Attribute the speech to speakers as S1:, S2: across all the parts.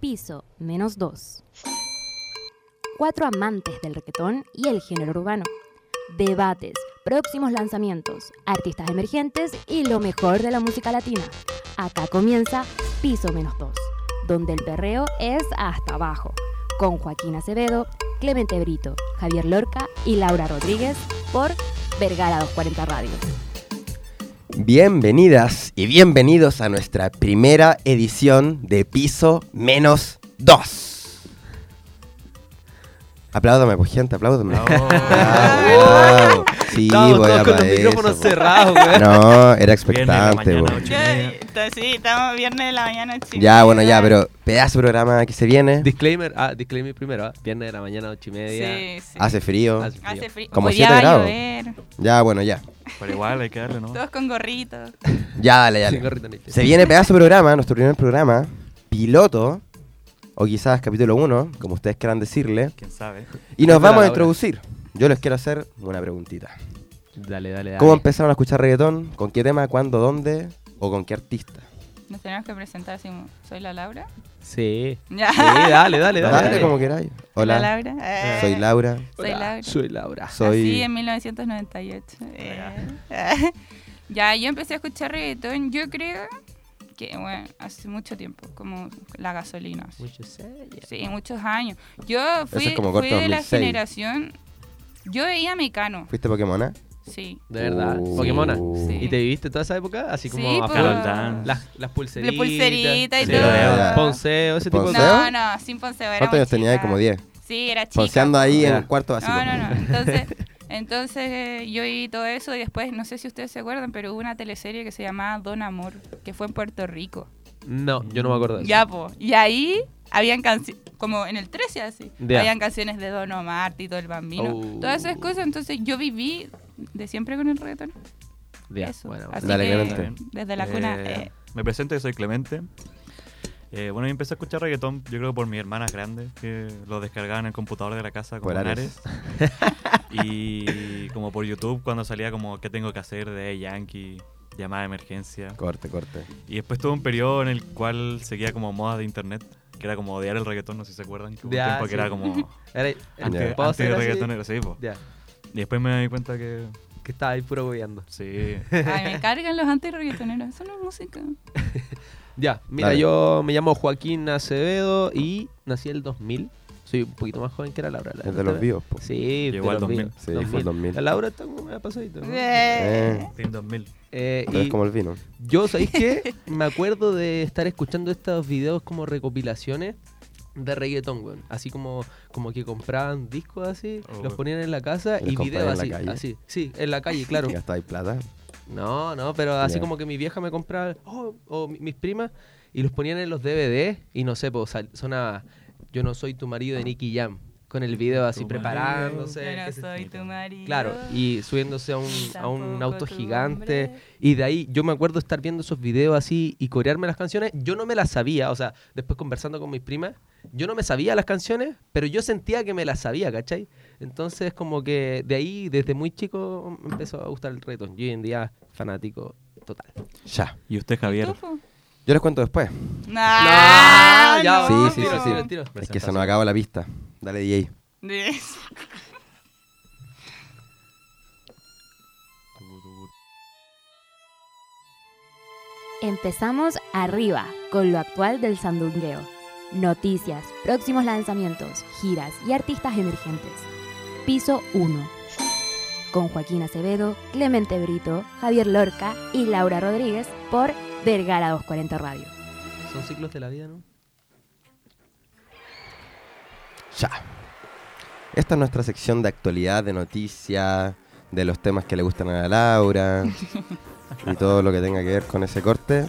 S1: Piso menos 2. Cuatro amantes del reggaetón y el género urbano. Debates, próximos lanzamientos, artistas emergentes y lo mejor de la música latina. Acá comienza Piso menos 2, donde el perreo es hasta abajo. Con Joaquín Acevedo, Clemente Brito, Javier Lorca y Laura Rodríguez por Vergara 240 Radio.
S2: Bienvenidas y bienvenidos a nuestra primera edición de Piso Menos 2. Apláudame, pues gente, apláudame. Ah, wow. Sí,
S3: Estábamos
S2: voy
S3: todos
S2: a
S3: con los
S2: pa'
S3: micrófonos
S2: eso, po.
S3: cerrados, güey.
S2: No, era
S4: Viernes de la
S2: expectante.
S4: mañana,
S2: po.
S4: ocho y
S5: Yo,
S4: media.
S5: entonces, sí, estamos viernes de la mañana. chicos.
S2: Ya, bueno, ya, pero pedazo de programa que se viene.
S3: Disclaimer, ah, disclaimer primero, ah, viernes de la mañana, ocho y media.
S5: Sí, sí.
S2: Hace frío.
S3: Hace frío.
S5: Hace frío.
S2: Como
S5: Hoy día
S2: siete
S5: va a
S2: grados.
S5: llover,
S2: Ya, bueno, ya.
S4: Pero igual hay que darle, ¿no?
S5: Todos con gorritos.
S2: Ya, dale,
S3: Sin
S2: dale.
S3: gorrito ni
S2: Se viene pedazo de programa, nuestro primer programa, piloto, o quizás capítulo 1, como ustedes quieran decirle.
S4: ¿Quién sabe?
S2: Y nos
S3: Cuéntala,
S2: vamos a
S3: Laura.
S2: introducir. Yo les quiero hacer una preguntita.
S3: Dale, dale, dale.
S2: ¿Cómo empezaron a escuchar reggaetón? ¿Con qué tema? ¿Cuándo? ¿Dónde? ¿O con qué artista?
S5: Nos tenemos que presentar así como, ¿soy la Laura?
S3: Sí.
S5: Ya.
S3: Sí, dale, dale, dale.
S2: Dale,
S3: dale.
S2: como queráis.
S5: ¿Soy la
S2: Hola,
S5: Laura? Eh,
S2: soy Laura.
S5: Soy Laura.
S3: Soy Laura.
S5: Así
S2: Soy...
S5: en 1998. Eh, eh. ya, yo empecé a escuchar reggaetón, yo creo que, bueno, hace mucho tiempo, como la gasolina. así.
S3: Mucho serio.
S5: Sí, muchos años. Yo fui,
S2: es como
S5: fui
S2: corto
S5: de la
S2: 2006.
S5: generación. Yo veía Mecano,
S2: ¿Fuiste eh? Pokémona?
S5: sí.
S3: De verdad.
S2: Uh,
S3: Pokémona.
S5: Sí.
S3: ¿Y te viviste toda esa época? Así como
S5: Sí,
S3: acá.
S5: pues.
S4: Carol Dance.
S3: Las, las pulseritas.
S5: La pulserita y
S4: Sí,
S5: todo.
S4: lo veo.
S3: Ponceo, ese tipo de
S2: Ponceo.
S3: cosas.
S5: No, no, sin Ponceo. era
S2: ¿Cuántos
S5: muy
S2: años tenías?
S5: chica.
S2: Como 10.
S5: Sí, era chica.
S2: Ponceando ahí en
S3: Ya.
S2: el cuarto básico.
S5: No, no, no. Entonces, entonces eh, yo vi todo eso y después, no sé si ustedes se acuerdan, pero hubo una teleserie que se llamaba Don Amor, que fue en Puerto Rico.
S3: No, yo no me acuerdo de eso.
S5: Ya, po. Y ahí habían canciones, como en el 13 así,
S3: Ya.
S5: habían canciones de Don Omar, Tito el Bambino,
S3: Oh.
S5: todas esas cosas. Entonces yo viví de siempre con el reggaetón.
S3: Ya,
S5: Eso.
S3: bueno, pues,
S5: Así
S2: Dale,
S5: que,
S2: Clemente.
S5: desde la cuna.
S4: Eh,
S5: eh,
S4: Me presento, yo soy Clemente. Eh, bueno, yo empecé a escuchar reggaetón, yo creo por mis hermanas grandes, que lo descargaban en el computador de la casa con
S2: Por Ares.
S4: Ares. y como por YouTube, cuando salía como ¿Qué tengo que hacer? de Yankee, llamada de emergencia.
S2: Corte, corte.
S4: Y después tuve un periodo en el cual seguía como moda de internet, que era como odiar el reggaetón, no sé si se acuerdan, que hubo un
S3: Ya,
S4: tiempo
S3: sí.
S4: que era como
S3: Era,
S4: anti,
S2: Ya.
S3: ¿puedo hacer así?
S4: reggaetonero, sí, po.
S3: Ya,
S4: Y después me di cuenta que
S3: que estaba ahí puro bobeando.
S4: sí,
S5: eh, ay, me cargan los antirreggaetoneros. Eso no es música.
S3: Ya, mira,
S2: Dale.
S3: yo me llamo Joaquín Acevedo y nací el 2000. Soy un poquito más joven que la Laura. la
S2: Es de
S3: neta,
S2: los
S3: ¿no?
S2: vivos, po.
S3: Sí,
S4: Llegó
S3: de
S4: al
S3: los
S4: 2000.
S3: vivos,
S2: Sí, fue el 2000.
S3: La Laura está como media pasadita. ¿no?
S2: Eh,
S4: Team 2000.
S3: Eh,
S2: pero
S3: y
S2: es como el vino.
S3: Yo, ¿sabéis qué? Me acuerdo de estar escuchando estos videos como recopilaciones de reggaetón, weón. Así como, como que compraban discos así,
S4: Oh,
S3: los
S4: weón.
S3: ponían en la casa
S2: ¿Y los
S3: y
S2: compraban
S3: videos
S2: en
S3: así,
S2: la calle?
S3: así. Sí, en la calle, claro.
S2: ¿Gastáis plata?
S3: No, no, pero así
S2: Ya.
S3: como que mi vieja me compraba, oh, o mi- mis primas, y los ponían en los DVD, y no sé, pues sal- sonaba Yo no soy tu marido de Nicky Jam, con el video así
S4: Tu
S3: preparándose.
S5: Yo no
S3: que se-
S5: soy tu marido.
S3: Claro, y subiéndose a un, a un
S5: Tampoco
S3: auto
S5: tu
S3: gigante.
S5: hombre.
S3: Y de ahí yo me acuerdo estar viendo esos videos así y corearme las canciones. Yo no me las sabía, o sea, después conversando con mis primas, yo no me sabía las canciones, pero yo sentía que me las sabía, ¿cachai? Entonces como que de ahí, desde muy chico, me empezó a gustar el reggaetón. Yo hoy en día fanático total.
S2: Ya.
S4: ¿Y usted, Javier?
S5: Tufo.
S2: Yo les cuento después.
S4: Ah,
S5: Ah, No,
S3: ya,
S5: no,
S2: sí, sí,
S5: no.
S2: sí, sí. Es que se nos acaba la pista. Dale, DJ.
S5: Yes.
S1: Empezamos arriba con lo actual del sandungueo. Noticias, próximos lanzamientos, giras y artistas emergentes. Piso 1. Con Joaquín Acevedo, Clemente Brito, Javier Lorca y Laura Rodríguez por Vergara 240 Radio.
S3: Son ciclos de la vida, ¿no?
S2: Ya. Esta es nuestra sección de actualidad, de noticias, de los temas que le gustan a la Laura y todo lo que tenga que ver con ese corte.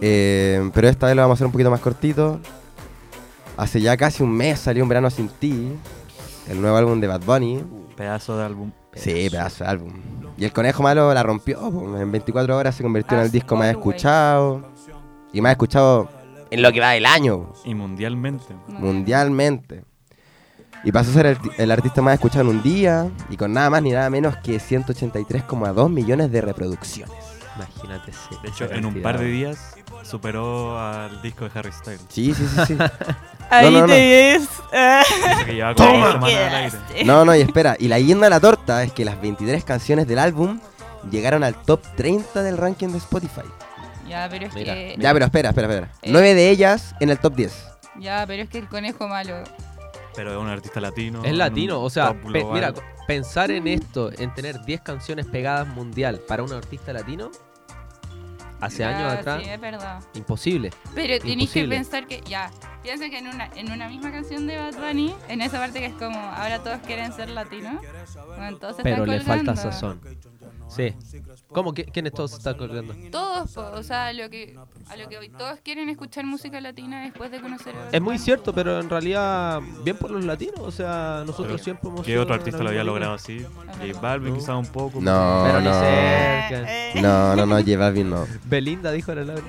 S2: Eh, pero esta vez lo vamos a hacer un poquito más cortito. Hace ya casi un mes salió Un Verano Sin Ti, el nuevo álbum de Bad Bunny.
S4: Pedazo de álbum.
S2: Sí, pedazo de álbum. Y el Conejo Malo la rompió, po. en 24 horas se convirtió en el
S5: As
S2: disco más
S5: always.
S2: escuchado y más escuchado en lo que va del año. po
S4: Y mundialmente.
S5: No.
S2: mundialmente. Y Y pasó a ser el, el artista más escuchado en un día y con nada más ni nada menos que 183,2 millones de reproducciones.
S3: Imagínate. ese-
S4: De hecho,
S3: esa
S4: en un
S3: cantidad,
S4: par de
S3: weón.
S4: días superó al disco de Harry Styles.
S2: Sí, sí, sí, sí.
S5: Ahí
S2: no, no.
S5: te ves. Ah,
S4: Dice que lleva como
S5: ahí
S4: dos semanas al aire.
S5: quedaste.
S2: No, no, y espera. Y la leyenda de la torta es que las 23 canciones del álbum llegaron al top 30 del ranking de Spotify.
S5: Ya, pero es
S3: Mira,
S5: que.
S2: Ya, pero espera, espera, espera.
S5: Eh.
S2: Nueve de ellas en el top 10.
S5: Ya, pero es que el conejo malo.
S4: Pero es un artista latino. en
S3: Es
S4: un
S3: latino, o sea,
S4: top
S3: pe-
S4: global.
S3: mira, co- pensar en esto, en tener 10 canciones pegadas mundial para un artista latino, hace
S5: Ya,
S3: años atrás,
S5: Ah, Sí, eh. es verdad.
S3: imposible.
S5: Pero tenéis que
S3: Imposible.
S5: pensar que. Ya. Piensa que en una, en una misma canción de Bad Bunny, en esa parte que es como ahora todos quieren ser latinos. Bueno, todos se
S3: Pero
S5: están
S3: le falta
S5: colgando.
S3: sazón. Sí. ¿Cómo? ¿Qui- ¿Quiénes todos están colgando?
S5: Todos, po, o sea, lo que, a lo que hoy todos quieren escuchar música latina después de conocer a Bad
S3: Es muy
S5: Bunny.
S3: cierto, pero en realidad, bien por los latinos, o sea, nosotros
S4: Pero,
S3: siempre hemos.
S4: ¿Qué
S3: sido
S4: otro artista lo había
S3: latinoamericanos.
S4: logrado así? J Balvin
S3: No.
S4: quizás un poco.
S2: No,
S3: Pero ni
S2: no.
S3: cerca.
S5: Eh,
S2: No, no, no, lleva bien, no.
S3: Belinda dijo la Laura.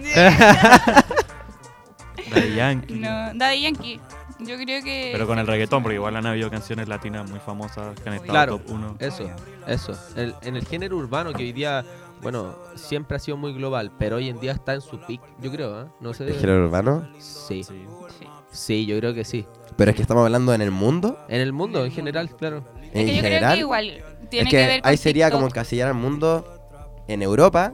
S4: Daddy Yankee.
S5: No, Daddy Yankee. Yo creo que.
S4: Pero con el reggaetón, porque igual han habido canciones latinas muy famosas que han estado
S3: Claro.
S4: top 1.
S3: Eso, eso. El- en el género urbano que hoy día, bueno, siempre ha sido muy global, pero hoy en día está en su peak, yo creo, ¿eh? No
S2: ¿El
S3: sé.
S2: género urbano?
S3: Sí,
S4: Sí.
S5: Sí.
S3: sí, yo creo que sí.
S2: Pero es que estamos hablando en el mundo,
S3: En el mundo en general, claro.
S5: Es
S2: en
S5: que yo creo
S2: general.
S5: que igual. Tiene
S2: es que,
S5: que ver con
S2: ahí sería
S5: TikTok.
S2: como encasillar al mundo en Europa,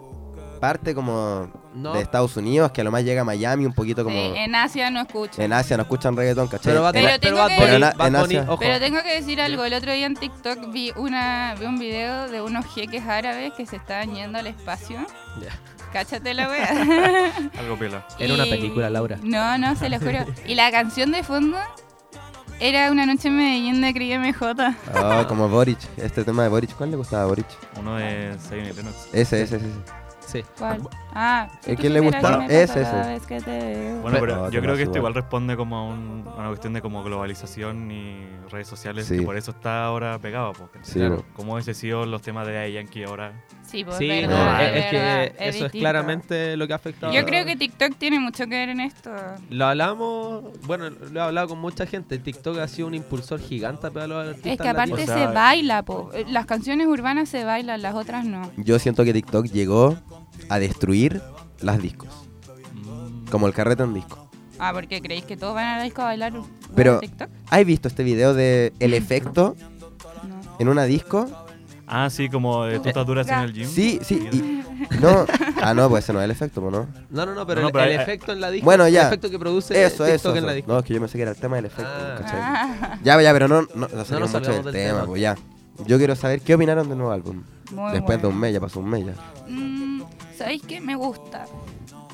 S2: parte como
S3: No,
S2: de Estados Unidos, que a lo más llega a Miami, un poquito como
S5: Sí, en Asia no escucho.
S2: en Asia, no escuchan reggaetón, ¿cachai?
S3: pero Bad
S5: Pero
S3: Bunny,
S5: tengo
S3: pero Bad
S5: que-
S3: Bunny,
S2: Pero en-
S3: Bad
S2: en
S3: Bunny,
S2: Asia-
S3: ojo.
S5: Pero tengo que decir algo. El otro día en TikTok vi, una, vi un video de unos jeques árabes que se estaban yendo al espacio.
S3: Ya.
S5: Cáchate la wea.
S4: Algo pela.
S3: Era una
S5: Y-
S3: película, Laura.
S5: No, no, se lo juro. Y la canción de fondo era Una noche en Medellín de Cris MJ.
S2: Oh, como Boric, este tema de Boric, ¿cuál le gustaba a Boric?
S4: Uno de Zion y Lennox.
S2: Ese, ese, ese. ese.
S3: Sí.
S5: ¿Cuál? Ah, si
S2: ¿Y
S5: tú
S2: quién le
S5: supieras
S2: gusta?
S5: que me
S2: Es
S5: pasa cada
S2: ese.
S5: vez que te
S4: Bueno,
S5: veo.
S2: Pero-
S4: pero
S2: No,
S4: yo creo
S2: temas
S4: que esto
S2: igual.
S4: igual responde como a, un- a una cuestión de como globalización y redes sociales,
S2: Sí.
S4: que por eso está ahora pegado. po, ¿cachai?
S2: Sí,
S3: Claro.
S2: bo.
S4: Como hubiese sido los temas de Daddy Yankee ahora.
S5: Sí, pues,
S3: Sí,
S5: verdad,
S2: no,
S5: es,
S3: es, es
S5: verdad,
S3: que
S5: es
S3: eso es
S5: distinto.
S3: claramente lo que ha afectado.
S5: Yo creo que TikTok tiene mucho que ver en esto.
S3: Lo hablamos, bueno, lo he hablado con mucha gente. TikTok ha sido un impulsor gigante para los artistas.
S5: Es que aparte
S3: latinos.
S4: O sea,
S5: se baila, po. Eh, Las canciones urbanas se bailan, las otras no.
S2: Yo siento que TikTok llegó a destruir las discos, como el carrete en disco.
S5: Ah, porque creéis que todos van a la disco a bailar por
S2: Pero-
S5: TikTok.
S2: ¿Has visto este video de El Efecto
S5: No.
S2: en una disco?
S4: Ah, sí, como de tutas duras en el gym.
S2: Sí, sí. y- no, ah, no, pues ese no es el efecto, po, ¿no?
S3: No, no, no, pero
S4: No,
S3: el,
S4: pero
S3: el
S4: hay-
S3: efecto en la disco.
S2: Bueno, ya.
S3: El efecto que produce
S2: Eso,
S3: TikTok
S2: eso.
S3: en la
S2: eso.
S3: disco.
S2: No, es que yo pensé que era el tema del efecto.
S3: Ah.
S2: ¿cachai?
S5: Ah,
S2: Ya, ya, pero no, no, no, salimos
S3: nos
S2: mucho del,
S3: salgamos del
S2: tema,
S3: tema.
S2: pues ya. Yo quiero saber qué opinaron del nuevo álbum.
S5: muy
S2: Después de
S5: bueno.
S2: un mes, ya pasó un mes ya.
S5: Mm, ¿Sabéis qué? Me gusta.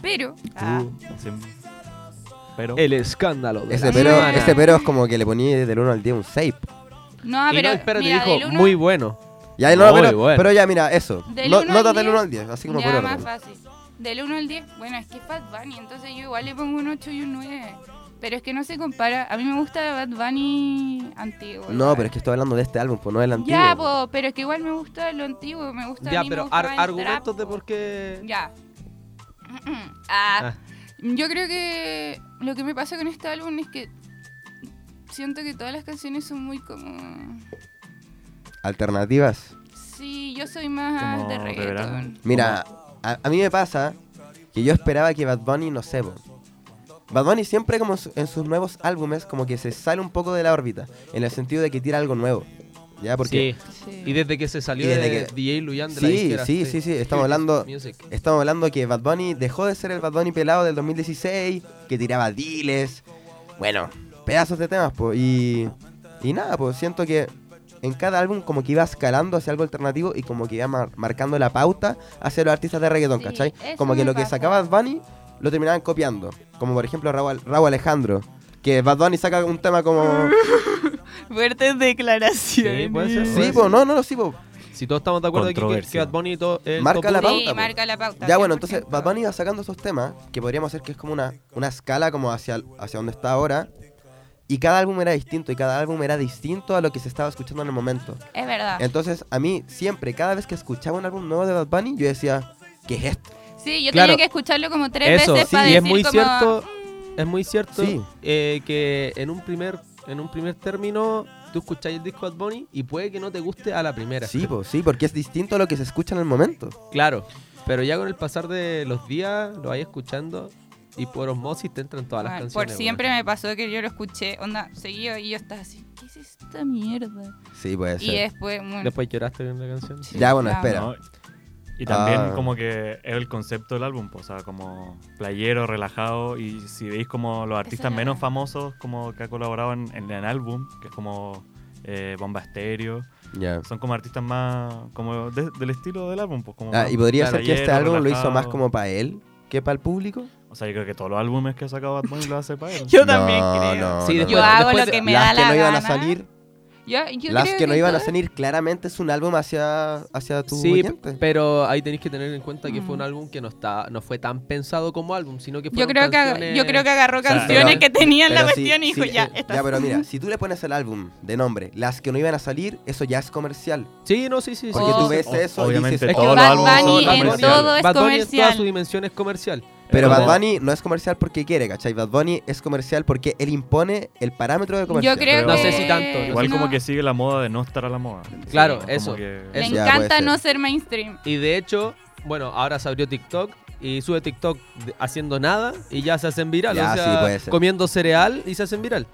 S5: Pero. Ah,
S4: Sí. Pero.
S3: El escándalo. de
S2: Ese
S3: la
S2: pero,
S3: semana.
S2: ese pero es como que le ponía del 1 al 10 un 6.
S5: no,
S3: Y
S5: Ah, pero.
S3: no, espérate,
S5: mira,
S3: dijo,
S5: del uno-
S3: muy bueno.
S2: Ya, no,
S3: Muy
S2: pero,
S3: bueno.
S2: pero ya, mira, eso.
S5: Del
S2: No,
S5: uno
S2: notas
S5: al
S2: del
S5: 10,
S2: 1 al 10, así como por
S5: Ya, más
S2: orden.
S5: fácil. Del 1 al 10, bueno, es que es Bad Bunny, entonces yo igual le pongo un 8 y un 9. Pero es que no se compara. A mí me gusta Bad Bunny antiguo.
S2: No, pero es que estoy hablando de este álbum, pues no del antiguo.
S5: Ya, po, pero es que igual me gusta lo antiguo, me gusta. a
S3: Ya,
S5: mí me
S3: pero
S5: gustaba
S3: ar-
S5: el
S3: argumentos
S5: trap,
S3: de
S5: po.
S3: por qué.
S5: Ya. Ah,
S3: Ah.
S5: Yo creo que lo que me pasa con este álbum es que siento que todas las canciones son muy como.
S2: Alternativas.
S5: Sí, yo soy más
S4: Como
S5: de
S4: de
S5: reggaeton.
S4: verano.
S2: Mira, a, a mí me pasa que yo esperaba que Bad Bunny, no sé, po. Bad Bunny siempre como su- en sus nuevos álbumes como que se sale un poco de la órbita, en el sentido de que tira algo nuevo. ¿Ya? Porque
S3: Sí.
S5: Sí.
S3: Y desde que se salió
S2: Y desde
S3: de
S2: que-
S3: DJ Luyan de la
S2: Sí,
S3: disquera,
S2: sí, sí, sí, estamos hablando-
S3: Music.
S2: estamos hablando que Bad Bunny dejó de ser el Bad Bunny pelado del 2016, que tiraba diles, bueno, pedazos de temas, pues. Y, y nada, pues siento que en cada álbum como que iba escalando hacia algo alternativo y como que iba mar- marcando la pauta hacia los artistas de reggaetón,
S5: Sí,
S2: ¿cachai?
S5: eso
S2: Como que
S5: me
S2: lo que
S5: pasa.
S2: sacaba Bad Bunny lo terminaban copiando. Como por ejemplo Raúl, Raúl Alejandro, que Bad Bunny saca un tema como...
S5: Fuertes declaraciones.
S3: Sí, puede ser.
S2: Sí, pues, no, no, no, sí, pues.
S3: Si todos estamos de acuerdo aquí que, que
S4: Controversia.
S3: Bad Bunny y todo es
S2: Marca
S3: top
S2: la
S3: uno,
S2: pauta,
S5: Sí,
S2: po.
S5: marca la pauta.
S2: Ya bueno,
S5: 100%.
S2: entonces Bad Bunny va sacando esos temas que podríamos hacer que es como una, una escala como hacia, el- hacia donde está ahora. Y cada álbum era distinto y cada álbum era distinto a lo que se estaba escuchando en el momento.
S5: Es verdad.
S2: Entonces a mí siempre, cada vez que escuchaba un álbum nuevo de Bad Bunny, yo decía, ¿qué es esto?
S5: Sí, yo
S3: Claro.
S5: tenía que escucharlo como tres
S3: Eso,
S5: veces
S3: sí,
S5: para
S3: y
S5: decir
S3: es muy
S5: como, "Ah".
S3: cierto, es muy cierto
S2: Sí.
S3: eh, que en un primer en un primer término tú escucháis el disco de Bad Bunny y puede que no te guste a la primera.
S2: Sí, po, sí, porque es distinto a lo que se escucha en el momento.
S3: Claro, pero ya con el pasar de los días lo vais escuchando y por osmosis te entran todas las
S5: Bueno,
S3: canciones.
S5: por
S3: weón.
S5: siempre me pasó que yo lo escuché, onda, seguido y yo estaba así, ¿qué es esta mierda?
S2: Sí, puede
S5: Y
S2: ser.
S5: después, bueno,
S3: Después lloraste con la canción.
S5: sí,
S2: Ya, bueno,
S5: claro.
S2: espera.
S4: ¿no? Y también
S2: Ah.
S4: como que es el concepto del álbum, po, o sea, como playero, relajado, y si veis como los artistas
S5: era-
S4: menos famosos como que ha colaborado en, en el álbum, que es como eh, Bomba Estéreo,
S2: Ya.
S4: son como artistas más como de- del estilo del álbum, pues como...
S2: Ah,
S4: más
S2: y podría ser que
S4: playero,
S2: este álbum lo hizo
S4: relajado.
S2: más como para él que para el público.
S4: O sea, yo creo que todos los álbumes que ha sacado Bad Bunny lo hace para él.
S5: Yo también
S2: No,
S5: creo.
S2: no,
S3: Sí,
S2: no,
S3: después-
S5: Yo hago
S3: después
S5: lo
S3: de-
S5: que me da
S2: las
S5: la
S2: que no iban a
S5: gana.
S2: salir,
S5: Yo- yo
S2: las
S5: creo
S2: que no iban a
S5: todo-
S2: salir, claramente es un álbum hacia, hacia tu
S3: Sí,
S2: oyente.
S3: pero ahí tenéis que tener en cuenta que fue un
S5: Mm.
S3: álbum que no está no fue tan pensado como álbum, sino que
S5: Yo
S3: fueron
S5: creo, que, ag-
S3: canciones...
S5: yo creo que agarró
S4: sea,
S5: canciones
S2: pero-
S5: que tenía en la
S2: Pero sí,
S5: cuestión y dijo,
S2: sí,
S5: ya,
S2: eh,
S5: estas
S2: Ya, pero mira, si tú le pones el álbum de nombre, las que no iban a salir, eso ya es comercial.
S3: Sí, no, sí, sí. sí,
S2: Porque
S3: sí,
S2: tú
S3: sí.
S2: ves
S4: O-
S2: eso
S4: obviamente
S2: y dices,
S4: Es
S5: que
S2: "Oh, no,
S5: Bad
S2: no,
S5: Bunny
S2: no,
S5: en
S2: no, no,
S5: todo
S2: no".
S5: es
S3: Bad Bunny en toda
S5: comercial.
S3: su dimensión es comercial.
S2: Pero
S3: como-
S2: Bad Bunny no es comercial porque quiere, ¿cachai? Bad Bunny es comercial porque él impone el parámetro de comercial.
S5: creo
S4: No
S5: que...
S4: sé si
S3: tanto, no
S4: Igual
S5: no,
S4: como que sigue la moda de no estar a la moda.
S3: Claro,
S4: Como
S3: eso,
S4: que-
S5: Le
S3: eso.
S2: Ya, puede
S5: encanta
S2: ser.
S5: no ser mainstream.
S3: Y de hecho, bueno, ahora se abrió TikTok y sube TikTok de- haciendo nada y ya se hacen viral.
S2: Ya,
S3: o
S2: sí,
S3: sea,
S2: puede ser.
S3: comiendo cereal y se hacen viral.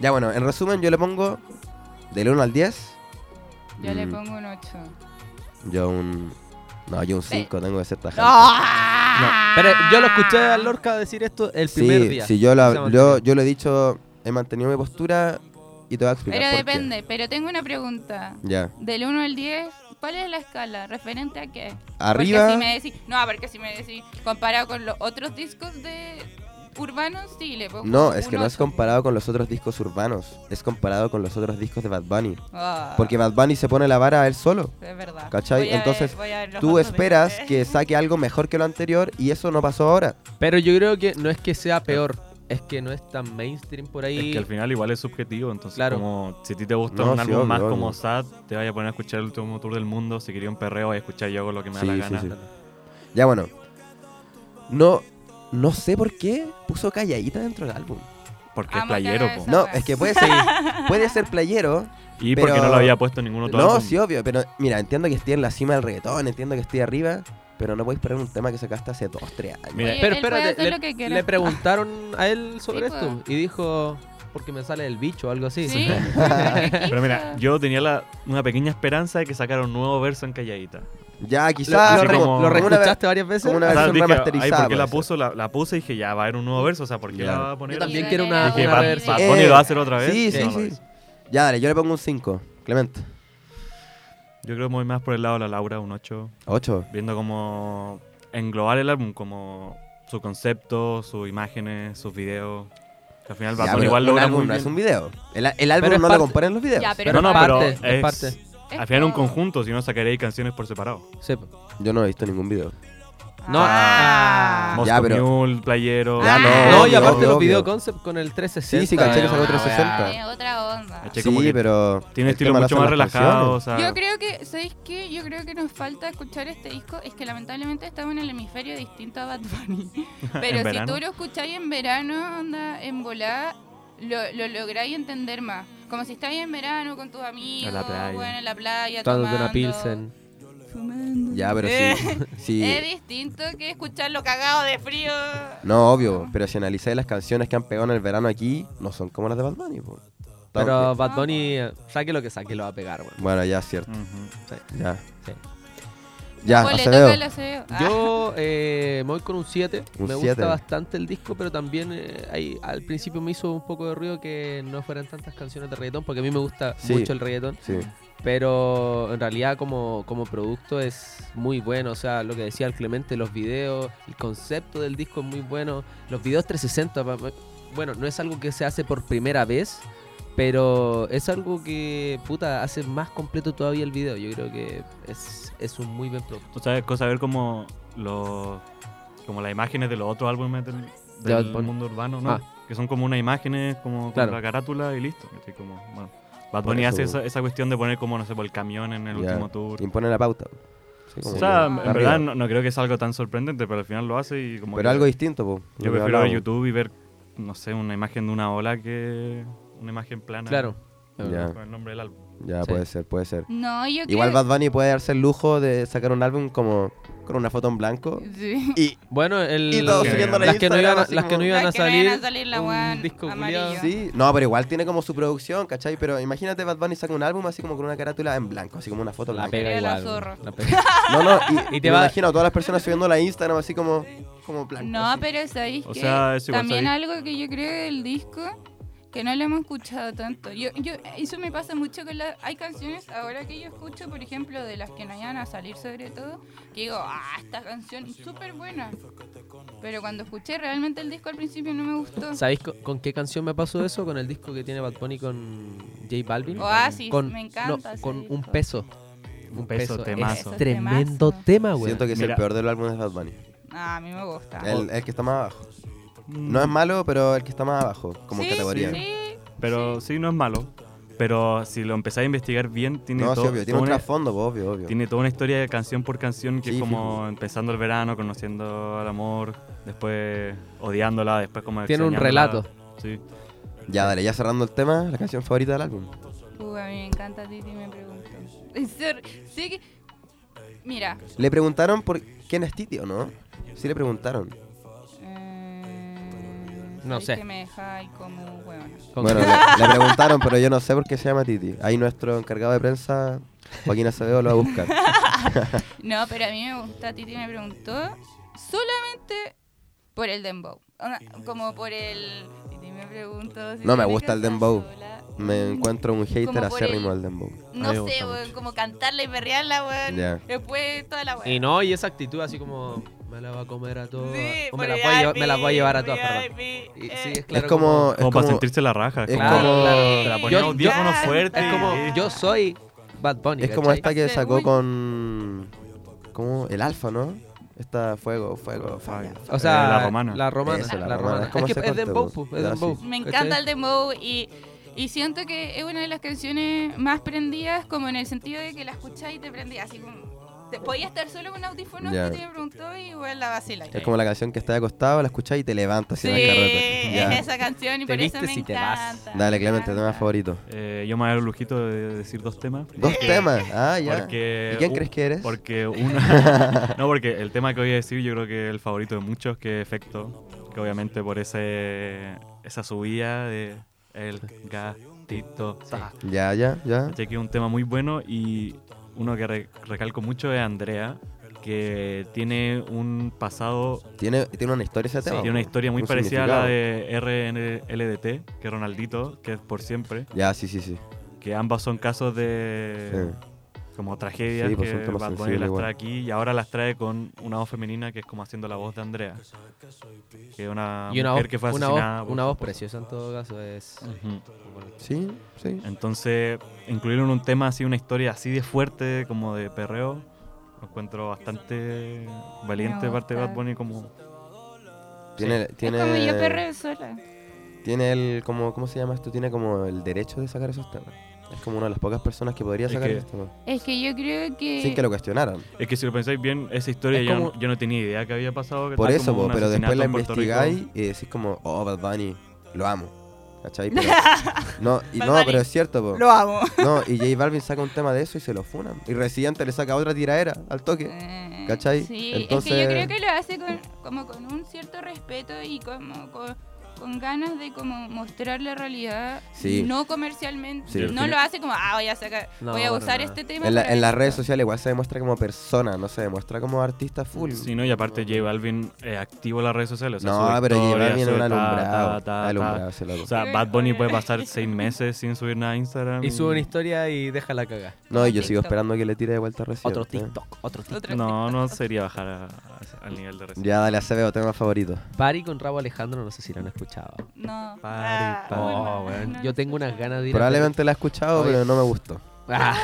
S2: Ya, bueno, en resumen, yo le pongo del 1 al 10.
S5: Yo le
S2: Mm,
S5: pongo un 8.
S2: Yo un. No, yo un 5, tengo que ser tajante.
S3: Pero yo lo escuché a Lorca decir esto el primer
S2: sí,
S3: día.
S2: sí, yo
S3: Se
S2: lo,
S3: mantiene.
S2: yo, yo lo he dicho, he mantenido mi postura y te voy a explicar.
S5: Pero
S2: por qué.
S5: depende, pero tengo una pregunta.
S2: Ya.
S5: Del 1 al 10, ¿cuál es la escala? ¿Referente a qué?
S2: Arriba.
S5: Porque si me decís, no, porque si me decís, comparado con los otros discos de urbanos, sí, le pongo
S2: No,
S5: un
S2: es que no es
S5: ocho.
S2: comparado con los otros discos urbanos, es comparado con los otros discos de Bad Bunny.
S5: Ah,
S2: Porque Bad Bunny se pone la vara a él solo.
S5: es verdad.
S2: ¿cachai?
S5: Voy a ver-
S2: Entonces,
S5: voy a ver los
S2: Tú
S5: otros
S2: esperas
S4: "Eh".
S5: discos.
S2: que saque algo mejor que lo anterior y eso no pasó ahora.
S3: Pero yo creo que no es que sea peor, es que no es tan mainstream por ahí.
S4: Es que al final igual es subjetivo, entonces
S3: Claro.
S4: como si a ti te gusta
S2: No,
S4: un
S2: sí,
S4: álbum
S2: obvio,
S4: más
S2: obvio.
S4: como sad, te vaya a poner a escuchar el último tour del mundo, si quería un perreo, voy a escuchar yo hago lo que me
S2: Sí,
S4: da la
S2: sí,
S4: gana.
S2: sí. Ya bueno. No no sé por qué puso calladita dentro del álbum.
S4: Porque es
S5: Amo
S4: playero,
S5: cada
S4: po.
S5: vez
S2: No, es que puede ser puede ser playero.
S4: Y
S2: pero-
S4: porque no lo había puesto en ningún otro
S2: No,
S4: álbum.
S2: sí obvio, pero mira, entiendo que esté en la cima del reggaetón, entiendo que esté arriba, pero no podéis poner un tema que sacaste hace dos, tres años.
S4: Mira,
S5: Oye,
S3: Pero
S5: él puede
S3: espérate,
S5: hacer lo
S3: le,
S5: que quiera.
S3: le preguntaron a él sobre
S5: Sí, pues.
S3: esto y dijo, porque me sale el bicho o algo así.
S5: Sí.
S4: Pero mira, yo tenía la- una pequeña esperanza de que sacara un nuevo verso en Calladita.
S2: Ya, quizás
S4: Lo- lo
S2: como-
S4: como-
S3: ¿Lo
S2: como una-
S3: reescuchaste varias veces? Ah,
S2: como una-
S4: O sea,
S2: versión
S4: dije, ay,
S2: remasterizada,
S4: ¿por qué la
S2: puede
S4: puso? La, la puse y dije, ya, va a haber un nuevo verso, o sea, ¿por qué
S2: Claro.
S4: la va a poner?
S3: Yo también
S5: Y
S3: quiero una,
S5: dije,
S4: Dije,
S3: una
S4: Bad,
S5: verso.
S4: Bad Bunny
S2: Eh,
S4: lo va a hacer otra vez.
S2: Sí, sí,
S4: No, pues, no
S2: sí.
S4: lo hizo.
S2: Ya, dale, yo le pongo un 5. Clemente.
S4: Yo creo que voy más por el lado de la Laura, un 8.
S2: 8.
S4: viendo como englobar el álbum, como su concepto, sus imágenes, sus videos. Que al final Bad Bunny igual
S2: un
S4: logra
S2: álbum
S4: muy
S2: no es
S4: bien.
S2: un video. El, el álbum
S3: Pero es
S2: no
S3: parte-
S2: lo comparan los videos.
S5: Ya, pero,
S4: No, no, pero
S3: parte, es
S4: es-
S3: parte.
S5: es
S4: Al final un
S5: todo.
S4: conjunto, si no sacaréis canciones por separado.
S3: Sí, po.
S2: Yo no he visto ningún video.
S3: No,
S5: Ah.
S2: Mos-
S4: Moscow
S2: Ya, pero-
S4: Mule, Playero.
S5: Ya, no,
S3: No, y
S2: obvio,
S3: aparte
S2: obvio,
S3: los
S2: obvio.
S3: video concept con el 360.
S2: Sí, sí, caché que
S3: eh,
S2: son
S4: Ah,
S2: otros
S3: weá.
S2: 60.
S5: Eh, otra onda.
S4: Caché.
S2: Sí,
S4: Sí, como que
S2: pero.
S4: Tiene un
S2: el
S4: estilo
S2: tema lo
S4: mucho
S2: hacen
S4: más
S2: las
S4: relajado. O
S2: canciones.
S4: sea,
S5: Yo creo que, ¿sabéis qué? Yo creo que nos falta escuchar este disco. Es que lamentablemente estamos en el hemisferio distinto a Bad Bunny. Pero si
S4: verano.
S5: tú lo escucháis en verano, onda, en volá, lo, lo lográis entender más. Como si estáis en verano con tus amigos,
S4: En la playa.
S5: bueno, en la playa,
S3: Tomándote
S5: tomando,
S3: una pilsen.
S5: fumando.
S2: Ya, pero
S5: Eh,
S2: sí.
S5: Es
S2: sí.
S5: distinto que escucharlo cagado de frío.
S2: No, obvio, pero si analizáis las canciones que han pegado en el verano aquí, no son como las de Bad Bunny. po. Está
S3: Pero
S2: ok.
S3: Bad Bunny,
S5: Ah,
S3: eh,
S5: pues.
S3: saque lo que saque, lo va a pegar, weón.
S2: Bueno, ya, cierto.
S4: Ujú.
S2: Ya.
S3: Sí.
S2: Ya,
S5: Pues le
S2: Acevedo.
S5: toca al Acevedo. Ah,
S3: Yo eh, me voy con un 7.
S2: Un
S3: Me
S2: siete.
S3: gusta bastante el disco, pero también eh, ahí, al principio me hizo un poco de ruido que no fueran tantas canciones de reggaetón, porque a mí me gusta
S2: Sí.
S3: mucho el reggaetón.
S2: Sí.
S3: Pero en realidad como, como producto es muy bueno. O sea, lo que decía el Clemente, los videos, el concepto del disco es muy bueno. Los videos 360, pa- pa- bueno, no es algo que se hace por primera vez, pero es algo que, puta, hace más completo todavía el video. Yo creo que es, es un muy buen producto.
S4: O sea, es cosa de ver como los como las imágenes de los otros álbumes del,
S3: De Bad
S4: del
S3: Bunny.
S4: mundo urbano, ¿no?
S3: Ah.
S4: Que son como unas imágenes como con
S3: Claro.
S4: la carátula y listo. ¿cachai? Como, bueno, Bad
S2: Por
S4: Bunny
S2: eso,
S4: hace
S2: po.
S4: esa, esa cuestión de poner como, no sé, por el camión en el
S2: Ya.
S4: último tour.
S2: Impone la pauta. Sí, como
S4: O
S2: que-
S4: sea, en
S5: Arriba.
S4: verdad no, no creo que sea algo tan sorprendente, pero al final lo hace y como
S2: pero
S4: que-
S2: algo distinto, po. lo que
S4: Yo prefiero
S2: hablábamos.
S4: ver YouTube y ver, no sé, una imagen de una ola que una imagen plana.
S3: Claro. Es
S2: Ya.
S3: verdad.
S4: con el nombre del álbum.
S2: Ya,
S3: Sí.
S2: puede ser, puede ser.
S5: No, yo
S2: Igual
S5: creo...
S2: Bad Bunny puede darse el lujo de sacar un álbum como con una foto en blanco
S5: Sí.
S2: y
S3: Bueno, el,
S2: Y todos
S4: siguiéndole
S3: las, que no
S2: Instagram,
S3: iban a,
S2: así
S3: las
S2: como-
S3: que no iban a
S5: Las que no iban
S3: salir.
S5: a salir, la
S3: un
S5: weón
S3: disco
S5: amarillo.
S3: culiao.
S5: Sí.
S2: Sí, no, pero igual tiene como su producción, ¿cachai? Pero imagínate Bad Bunny saca un álbum así como con una carátula en blanco, así como una foto
S3: La
S2: blanca.
S5: Era
S3: pega
S5: la
S3: igual.
S5: zorra.
S3: la pega.
S2: No, no, y,
S3: Y te
S2: me
S3: va-
S2: imagino a todas las personas subiendo la Instagram así como, como blanco.
S5: No,
S2: así.
S5: pero sabéis
S4: O
S5: que
S4: sea, es igual,
S5: también
S4: sabéis.
S5: algo que yo creo del disco que no lo hemos escuchado tanto. Yo, yo eso me pasa mucho con las hay canciones ahora que yo escucho, por ejemplo, de las que no iban a salir sobre todo, que digo, "Ah, esta canción es súper buena." Pero cuando escuché realmente el disco al principio no me gustó.
S3: ¿Sabéis co- con, qué canción me pasó eso? Con el disco que tiene Bad Bunny con J Balvin.
S5: Oasis,
S3: con,
S5: Oh, ah, me encanta ese
S3: con un
S5: disco.
S3: peso.
S4: Un peso, temazo.
S3: Es tremendo
S5: Temazo.
S3: tema, güey.
S2: Siento que es
S4: Mira.
S2: el peor de los álbumes de Bad Bunny.
S5: Ah, a mí me gusta.
S2: El, el que está más abajo. No es malo, pero el que está más abajo, como
S5: Sí,
S2: categoría.
S5: sí.
S4: Pero sí, no es malo. Pero si lo empezáis a investigar bien, tiene
S2: No, sí,
S4: todo.
S2: obvio, tiene un
S4: una-
S2: trasfondo, po, obvio, obvio.
S4: Tiene toda una historia de canción por canción que
S2: Sí,
S4: es como
S2: fijo.
S4: empezando el verano, conociendo al amor, después odiándola, después como
S3: Tiene un
S4: extrañándola.
S3: relato.
S4: Sí.
S2: Ya, dale, ya cerrando el tema, la canción favorita del álbum.
S5: Uy, Uh, a mí me encanta Titi me preguntó. Sorry, Sí que Mira,
S2: Le preguntaron por quién es Titi o no. Sí le preguntaron.
S5: Eh,
S3: No
S5: sabéis
S3: sé.
S5: Que me dejáis como huevona.
S3: Con-
S2: Bueno, le, le preguntaron, pero yo no sé por qué se llama Titi. Ahí nuestro encargado de prensa, Joaquín Acevedo, lo va a buscar.
S5: No, pero a mí me gusta. Titi me preguntó solamente por el dembow. Onda, Como por el. Titi me preguntó. si
S2: No me
S5: tiene
S2: gusta el
S5: casa
S2: dembow.
S5: sola.
S2: Me encuentro un hater
S5: Como por el-
S2: acérrimo del dembow.
S5: No
S3: A mí me
S5: sé,
S3: gusta
S5: weón, como cantarla y perrearla, weón.
S2: Ya.
S5: Después toda la
S3: Y
S5: weón.
S3: no, y esa actitud así como me la va a comer a todas.
S5: Sí,
S3: o me
S5: por
S3: la, voy
S5: el
S3: a llevar, me
S5: VIP,
S3: la voy a llevar a todas, perdón.
S5: VIP,
S3: Y-
S5: eh.
S3: sí, es
S2: es
S3: claro
S2: como... Es
S4: Como, para
S2: como
S4: sentirse la raja.
S2: es
S4: como-
S3: Claro,
S2: como-
S3: claro.
S4: Te la
S5: Sí,
S4: ponía
S3: yo-
S4: audífonos
S5: yo-
S4: fuertes.
S3: Es como yo soy Bad Bunny.
S2: es como
S3: ¿cachai?
S2: esta que sacó
S5: Uy.
S2: con... Como el alfa, ¿no? Esta fuego, fuego,
S5: Ah,
S2: fuego.
S3: O sea,
S4: Eh, la romana.
S3: La romana.
S2: Eso, la
S3: la,
S2: romana.
S3: romana.
S2: Es como
S3: Es,
S2: ese
S3: que es
S2: corte,
S3: dembow,
S2: vos.
S3: pu,
S2: Ya,
S3: es dembow.
S5: Me
S3: ¿cachai?
S5: encanta el dembow y, y siento que es una de las canciones más prendidas, como en el sentido de que la escuchás y te prendías. Así como. Te, podías estar solo con audífonos
S2: Ya.
S5: que te preguntó y igual la vacilas.
S2: Es como la canción que estás acostado, la escuchás y te levantas
S5: Sí,
S2: así en la carreta. Ya.
S5: es esa canción y
S3: Te
S5: por eso me
S3: vistes y te vas.
S5: encanta.
S2: Dale, Clemente,
S5: me
S2: tema
S5: encanta.
S2: favorito.
S4: Eh, yo me voy a dar el lujito de decir dos temas.
S2: Dos temas. Ah, ya.
S4: Eh, Porque
S2: ¿Y quién
S4: u-
S2: crees que eres?
S4: Porque una. no, porque el tema que voy a decir, yo creo que el favorito de muchos, que es Efecto. Que obviamente por ese esa subida de. El gatito. ta.
S2: Ya, ya, ya.
S4: Caché que es un tema muy bueno y uno que re- recalco mucho es Andrea, que tiene un pasado,
S2: Tiene, tiene una historia ese tema.
S4: tiene una historia muy
S2: un
S4: parecida a la
S2: significado.
S4: de RNLDT, que es Ronaldito, que es por siempre,
S2: Ya, sí, sí, sí.
S4: que ambas son casos
S2: Sí.
S4: de como tragedias
S2: Sí, pues, son
S4: que
S2: temas
S4: Bad Bunny
S2: sensibles
S4: las
S2: igual.
S4: trae aquí y ahora las trae con una voz femenina que es como haciendo la voz de Andrea, que es una,
S3: Y una
S4: mujer
S3: voz,
S4: que fue
S3: una,
S4: asesinada.
S3: voz,
S4: por
S3: una
S4: su
S3: voz
S4: esposo.
S3: preciosa en todo caso. Es,
S4: Ujú.
S2: Sí, sí.
S4: Entonces, incluyeron un tema así, una historia así de fuerte, como de perreo, lo encuentro bastante valiente
S5: Me
S4: de parte de
S5: gusta.
S4: Bad Bunny como...
S2: Tiene, tiene,
S5: Es como yo perreo sola.
S2: tiene el, como, ¿cómo se llama esto? Tiene como el derecho de sacar esos temas. Es como una de las pocas personas que podría
S4: Es
S2: sacar
S4: que- Pues
S2: esos temas.
S5: Es que yo creo que.
S2: Sin que lo cuestionaran.
S4: Es que si lo pensáis bien, esa historia
S3: Es
S4: yo,
S3: como-
S4: yo no tenía idea que había pasado. que
S2: Por
S4: tal,
S2: eso,
S4: como
S2: po,
S4: un
S2: pero después
S4: asesinato
S2: la
S4: en Puerto Rico.
S2: investigáis y decís como, oh, Bad Bunny, lo amo. ¿Cachai? Pero- no, y
S5: Bad
S2: no,
S5: Bunny.
S2: pero es cierto, po.
S5: Lo amo.
S2: No, y J Balvin saca un tema de eso y se lo funan. Y Residente le saca otra tiradera al toque.
S5: Eh,
S2: ¿Cachai?
S5: Sí, es que
S2: Entonces-
S5: yo creo que lo hace con, como con un cierto respeto y como con, con ganas de como mostrar la realidad,
S2: Sí.
S5: no comercialmente.
S2: Sí, al
S5: no
S2: final-
S5: lo hace como, ah, voy a sacar,
S3: No,
S5: voy a
S3: para
S5: usar
S3: nada.
S5: este tema.
S2: En, la-
S5: para
S2: en las
S5: esto.
S2: redes sociales igual se demuestra como persona, no se demuestra como artista full.
S4: Sí, no, y aparte J Balvin eh, activo en las redes sociales. o sea,
S2: no,
S4: sube
S2: pero J
S4: historias,
S2: Balvin es
S4: sube
S2: un
S4: ta,
S2: alumbrado.
S4: ta, ta, ta.
S2: alumbrado, ese loco.
S4: O sea,
S5: Sí,
S4: Bad Bunny
S5: obvio.
S4: puede pasar seis meses sin subir nada a Instagram.
S3: y sube una historia y deja la cagada.
S2: No, y yo sigo
S5: TikTok.
S2: esperando que le tire de vuelta recién.
S3: Otro TikTok, otro TikTok.
S5: Otra
S4: No, no sería bajar a- a- al nivel de recién.
S2: Ya, dale a CBO, tema favorito.
S3: Party con Rabo Alejandro, no sé si lo han escuchado.
S5: No.
S4: Party,
S5: Ah,
S4: party.
S5: uy,
S3: Oh,
S5: no,
S3: weón,
S5: no,
S3: Yo
S5: no.
S3: tengo unas ganas de ir a
S2: Probablemente la he escuchado,
S3: Oye.
S2: pero no me gustó.
S3: Ah,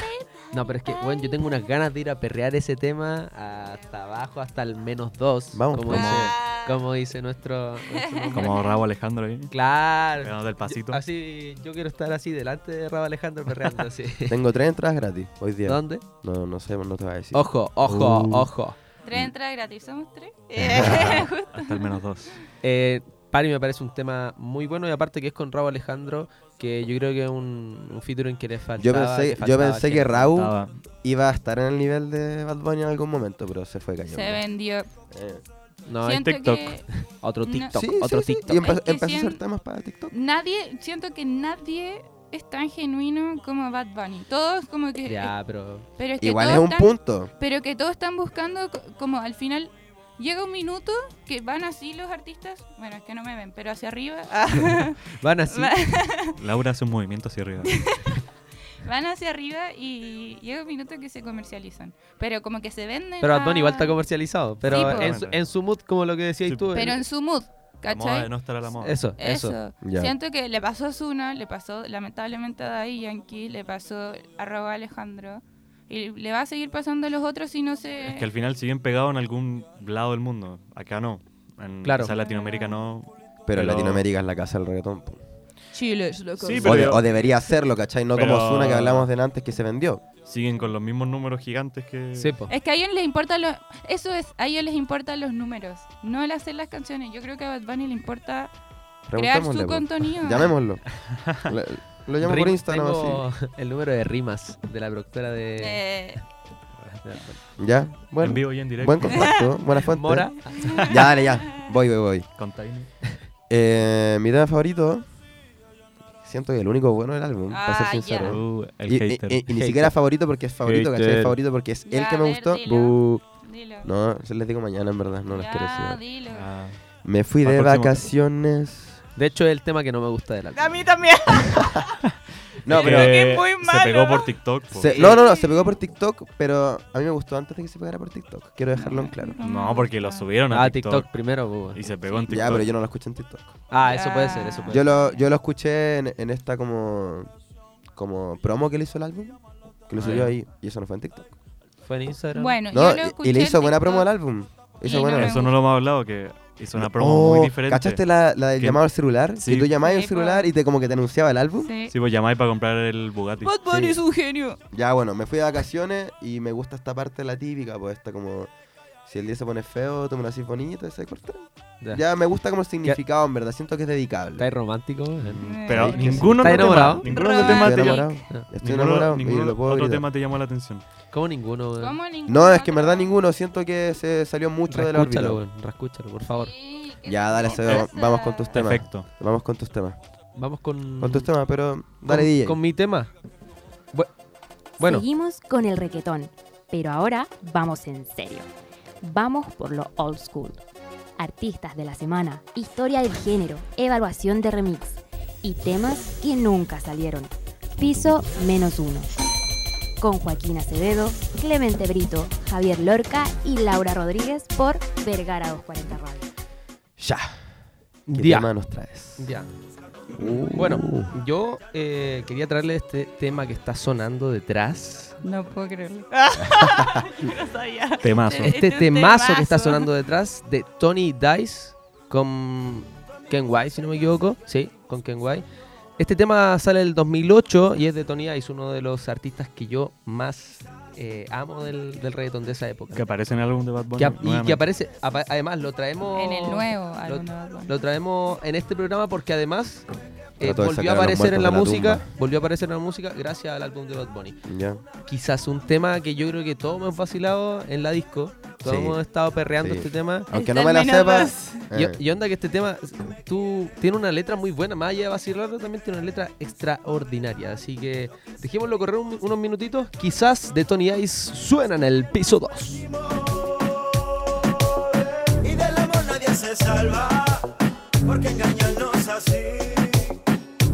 S3: no, pero es que, bueno, yo tengo unas ganas de ir a perrear ese tema hasta abajo, hasta el menos dos.
S2: Vamos,
S3: como
S2: pues.
S3: dice,
S5: Ah.
S3: como dice nuestro. nuestro nombre.
S4: Como Rabo Alejandro ahí.
S3: Claro.
S4: Pegando del pasito.
S3: Yo- así, yo quiero estar así delante de Rabo Alejandro perreando así.
S2: Tengo tres entradas gratis hoy día.
S3: ¿Dónde?
S2: No, no sé, no te voy a decir.
S3: Ojo, ojo,
S2: Uh.
S3: ojo.
S2: Ah,
S5: Tres entradas gratis, somos tres.
S4: Hasta el menos dos.
S3: Eh, Party me parece un tema muy bueno y aparte que es con Raúl Alejandro, que yo creo que es un, un featuring que le faltaba.
S2: Yo pensé, yo
S3: faltaba,
S2: pensé que
S3: le
S2: Raúl
S4: Estaba-
S2: iba a estar en el nivel de Bad Bunny en algún momento, pero se fue cayendo.
S5: Se vendió.
S2: Eh,
S3: No,
S5: siento
S4: TikTok.
S5: que
S3: otro
S5: No.
S3: TikTok,
S2: sí,
S3: otro
S2: sí, sí,
S3: TikTok.
S2: Y empe-
S5: Es que
S2: empezó a hacer
S5: siempre-
S2: temas para TikTok.
S5: nadie, siento que nadie es tan genuino como Bad Bunny. Todos como que...
S3: Ya, pero
S5: Pero es que
S2: Igual es
S5: todos
S2: un
S5: están-
S2: punto.
S5: pero que todos están buscando co- como al final llega un minuto que van así los artistas, bueno, es que no me ven, pero hacia arriba,
S3: van así.
S4: Laura hace un movimiento hacia arriba.
S5: van hacia arriba y llega un minuto que se comercializan, pero como que se venden.
S3: Pero Bad Bunny
S5: a-
S3: igual está comercializado. Pero
S5: Sí, po.
S3: en, su, en su mood, como lo que decías
S4: Sí,
S3: tú.
S4: po.
S5: Pero en su mood,
S4: La moda de
S5: ¿cachai?
S4: no estar a la moda.
S3: Eso, eso.
S5: Eso.
S2: Ya.
S5: Siento que le pasó a Zuna, le pasó lamentablemente a Daddy Yankee, le pasó a Raúl Alejandro. Y le va a seguir pasando a los otros si no se...
S4: Es que al final siguen pegados en algún lado del mundo. Acá no. En,
S3: Claro.
S4: quizá Latinoamérica no.
S2: Pero,
S4: Pero-
S2: Latinoamérica es la casa del reggaetón. po.
S5: Chile es lo
S4: Sí,
S2: o, de-
S4: yo-
S2: o debería serlo, ¿cachai? No como
S4: Pero-
S2: Zuna que hablamos de antes que se vendió.
S4: Siguen con los mismos números gigantes que.
S3: Sí, po.
S5: Es que a ellos les importan los... Eso es, a ellos les importan los números, no el hacer las canciones. Yo creo que a Bad Bunny le importa crear su
S2: Preguntémosle. pues. po.
S5: contenido.
S2: Llamémoslo. Le- lo llamo por
S3: Rim-
S2: Instagram
S3: tengo el número de rimas de la productora de.
S5: Eh,
S2: así. Ya,
S4: En
S2: bueno.
S4: vivo y en directo.
S2: Buen contacto, buena fuente.
S3: Mora.
S2: Ya, dale, ya. Voy, voy, voy.
S4: Con Tiny.
S2: Eh, mi tema favorito. Siento que el único bueno del álbum, para ser
S5: Ah,
S2: sincero.
S5: ya.
S4: Uh, el
S2: Y, y-
S4: hater.
S2: y- y ni siquiera favorito porque es favorito, ¿cachai?
S4: Hater.
S2: Es favorito porque es el
S5: Ya,
S2: que me
S5: a ver,
S2: gustó.
S5: dilo.
S2: Bu.
S5: dilo.
S2: No, se les digo mañana, en verdad, no les quiero decir.
S5: ya,
S2: ahora.
S5: dilo.
S4: Ah,
S2: Me fui
S4: Para
S2: de
S4: el próximo.
S2: vacaciones.
S3: De hecho, es el tema que no me gusta del álbum.
S5: A mí también.
S2: No,
S4: que
S2: pero.
S5: que es muy malo.
S4: Se pegó por TikTok. po.
S2: se- no, no, no, se pegó por TikTok, pero a mí me gustó antes de que se pegara por TikTok. Quiero dejarlo en claro.
S4: No, porque lo subieron a
S3: Ah,
S4: TikTok.
S3: TikTok primero. po.
S4: Y se pegó en TikTok.
S2: Ya, pero yo no lo escuché en TikTok.
S3: Ah, eso puede ser, eso puede
S2: Yo
S3: ser.
S2: lo, yo lo escuché en, en esta como. como promo que le hizo el álbum. Que lo
S3: Ah,
S2: subió
S3: ya.
S2: ahí. Y eso no fue en TikTok.
S3: Fue en Instagram.
S5: Bueno,
S2: No,
S5: yo lo
S2: y-
S5: escuché
S2: y, le
S5: en
S2: hizo buena promo al
S5: TikTok.
S2: álbum. Hizo
S5: Y no
S2: buena.
S5: me
S4: Eso no lo hemos hablado, que hizo una promo
S2: Oh,
S4: muy diferente.
S2: ¿Cachaste la, la del
S4: Que-
S2: llamado al celular?
S4: Sí.
S2: Que tú llamabas al
S5: Sí, po.
S2: celular y te como que te anunciaba el álbum.
S5: Sí.
S4: Sí, pues llamáis para comprar el Bugatti.
S5: Bad Bunny
S2: Sí.
S5: es un genio.
S2: Ya, bueno, me fui de vacaciones y me gusta esta parte, la típica, pues esta como... Si el día se pone feo, tú me lo haces bonito, ese corte.
S3: Ya.
S2: Ya, me gusta como el significado, en verdad. Siento que es dedicable.
S3: ¿Estáis romántico? weón?
S4: Mm,
S5: Eh.
S4: Pero
S2: ¿Estáis
S4: ninguno de los
S3: enamorado?
S4: temas- ninguno de los temas
S2: Estoy
S4: te llamó-
S2: enamorado.
S3: Ah,
S2: Estoy
S4: ninguno-
S2: enamorado. y
S4: ninguno
S2: lo puedo
S4: otro
S2: gritar.
S4: tema te llamó la atención.
S3: ¿Cómo ninguno, weón?
S5: ¿Cómo ningún
S2: No, es que en
S5: otro?
S2: verdad ninguno. Siento que se salió mucho de la órbita.
S3: Rascúchalo, weón, rascúchalo, por favor.
S5: Sí, ¿qué
S2: Ya,
S5: te
S2: dale,
S5: pasa?
S2: Seba, vamos con tus temas.
S4: Perfecto.
S2: Vamos con tus temas.
S3: Vamos con.
S2: Con tus temas, pero
S3: Mm. con-
S2: dale, DJ.
S3: Con mi tema. Bu- bueno,
S1: Seguimos con el requetón, pero ahora vamos en serio. Vamos por lo old school. Artistas de la semana, historia del género, evaluación de remix y temas que nunca salieron. Piso menos uno. Con Joaquín Acevedo, Clemente Brito, Javier Lorca y Laura Rodríguez por Vergara 240 Radio.
S2: Ya. ¿Qué
S3: ya.
S2: tema nos traes?
S3: Ya.
S2: Uh.
S3: Bueno, yo eh, quería traerle este tema que está sonando detrás.
S5: No puedo creerlo. no sabía.
S4: Temazo.
S5: Eh,
S3: Este
S5: Este
S3: temazo que
S5: temazo.
S3: está sonando detrás de Tony Dice con Ken White, si no me equivoco. Sí, con Ken White. Este tema sale el 2008 y es de Tony Dice, uno de los artistas que yo más eh, amo del, del reggaetón de esa época.
S4: Que aparece en el álbum de Bad Bunny.
S3: Que ap- y
S4: nuevamente.
S3: que aparece, apa- además lo traemos...
S5: En el nuevo
S3: lo-
S5: álbum de Bad Bunny.
S3: Lo traemos en este programa porque además eh,
S2: Trató de
S3: volvió a
S2: sacar a los
S3: aparecer en la,
S2: muertos de la
S3: música, volvió a aparecer en la música gracias al álbum de Bad Bunny.
S2: Mm, Ya.
S3: Quizás un tema que yo creo que todos hemos vacilado en la disco, todos
S2: Sí.
S3: hemos estado perreando
S2: Sí.
S3: este tema.
S2: Aunque
S5: Está
S2: no me
S5: en
S2: la
S5: menos
S2: sepas.
S3: Y,
S2: eh,
S3: y onda que este tema, tú tiene una letra muy buena, más allá de vacilarlo, también tiene una letra extraordinaria. Así que dejémoslo correr un- unos minutitos. Quizás de Tony Ice suena en el piso 2.
S6: Y del amor nadie se salva, porque engañarnos así,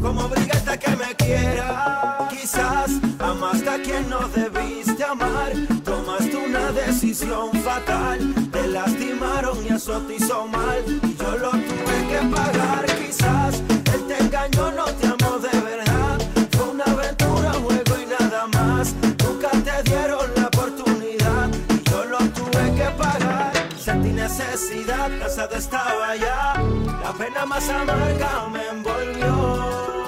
S6: como obligaste a que me quiera. Quizás amaste a quien no debiste amar, tomaste una decisión fatal, te lastimaron y eso te hizo mal, y yo lo tuve que pagar. Quizás él te engañó, no te amó de verdad, fue una aventura, un juego y nada más. Nunca te dieron la oportunidad, y yo lo tuve que pagar. Sentí necesidad, cansado estaba ya. La pena más amarga me envolvió.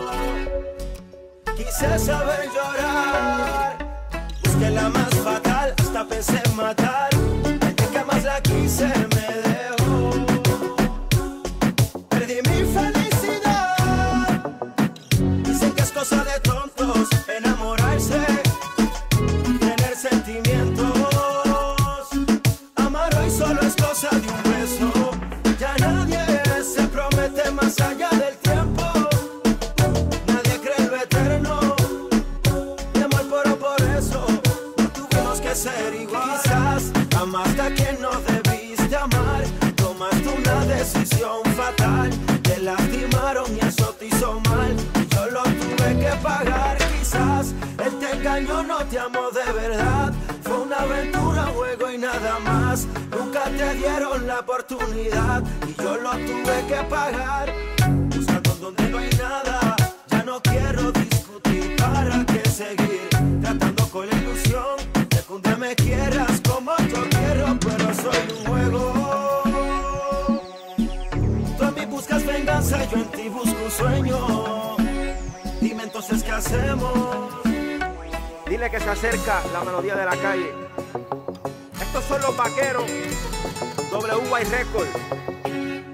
S6: Quise saber llorar. Busqué la más fatal, hasta pensé en matar. Gente que más la quise me dejó. Perdí mi solo es cosa de un beso. Ya nadie se promete más allá del tiempo. Nadie cree lo eterno. Mi amor, pero por eso no tuvimos que ser igual. Quizás amaste a quien no debiste amar. Tomaste una decisión fatal. Te lastimaron y eso te hizo mal. Y Yo lo tuve que pagar. Quizás él te engañó, no te amó de verdad. Fue una aventura, un juego y nada más. Nunca te dieron la oportunidad. Y yo lo tuve que pagar. Buscando donde no hay nada. Ya no quiero discutir para qué seguir tratando con la ilusión de que un día me quieras como yo quiero, pero soy un juego. Tú a mí buscas venganza, yo en ti busco un sueño. Dime entonces qué hacemos.
S7: Dile que se acerca la melodía de la calle. Estos son los vaqueros. WY Record.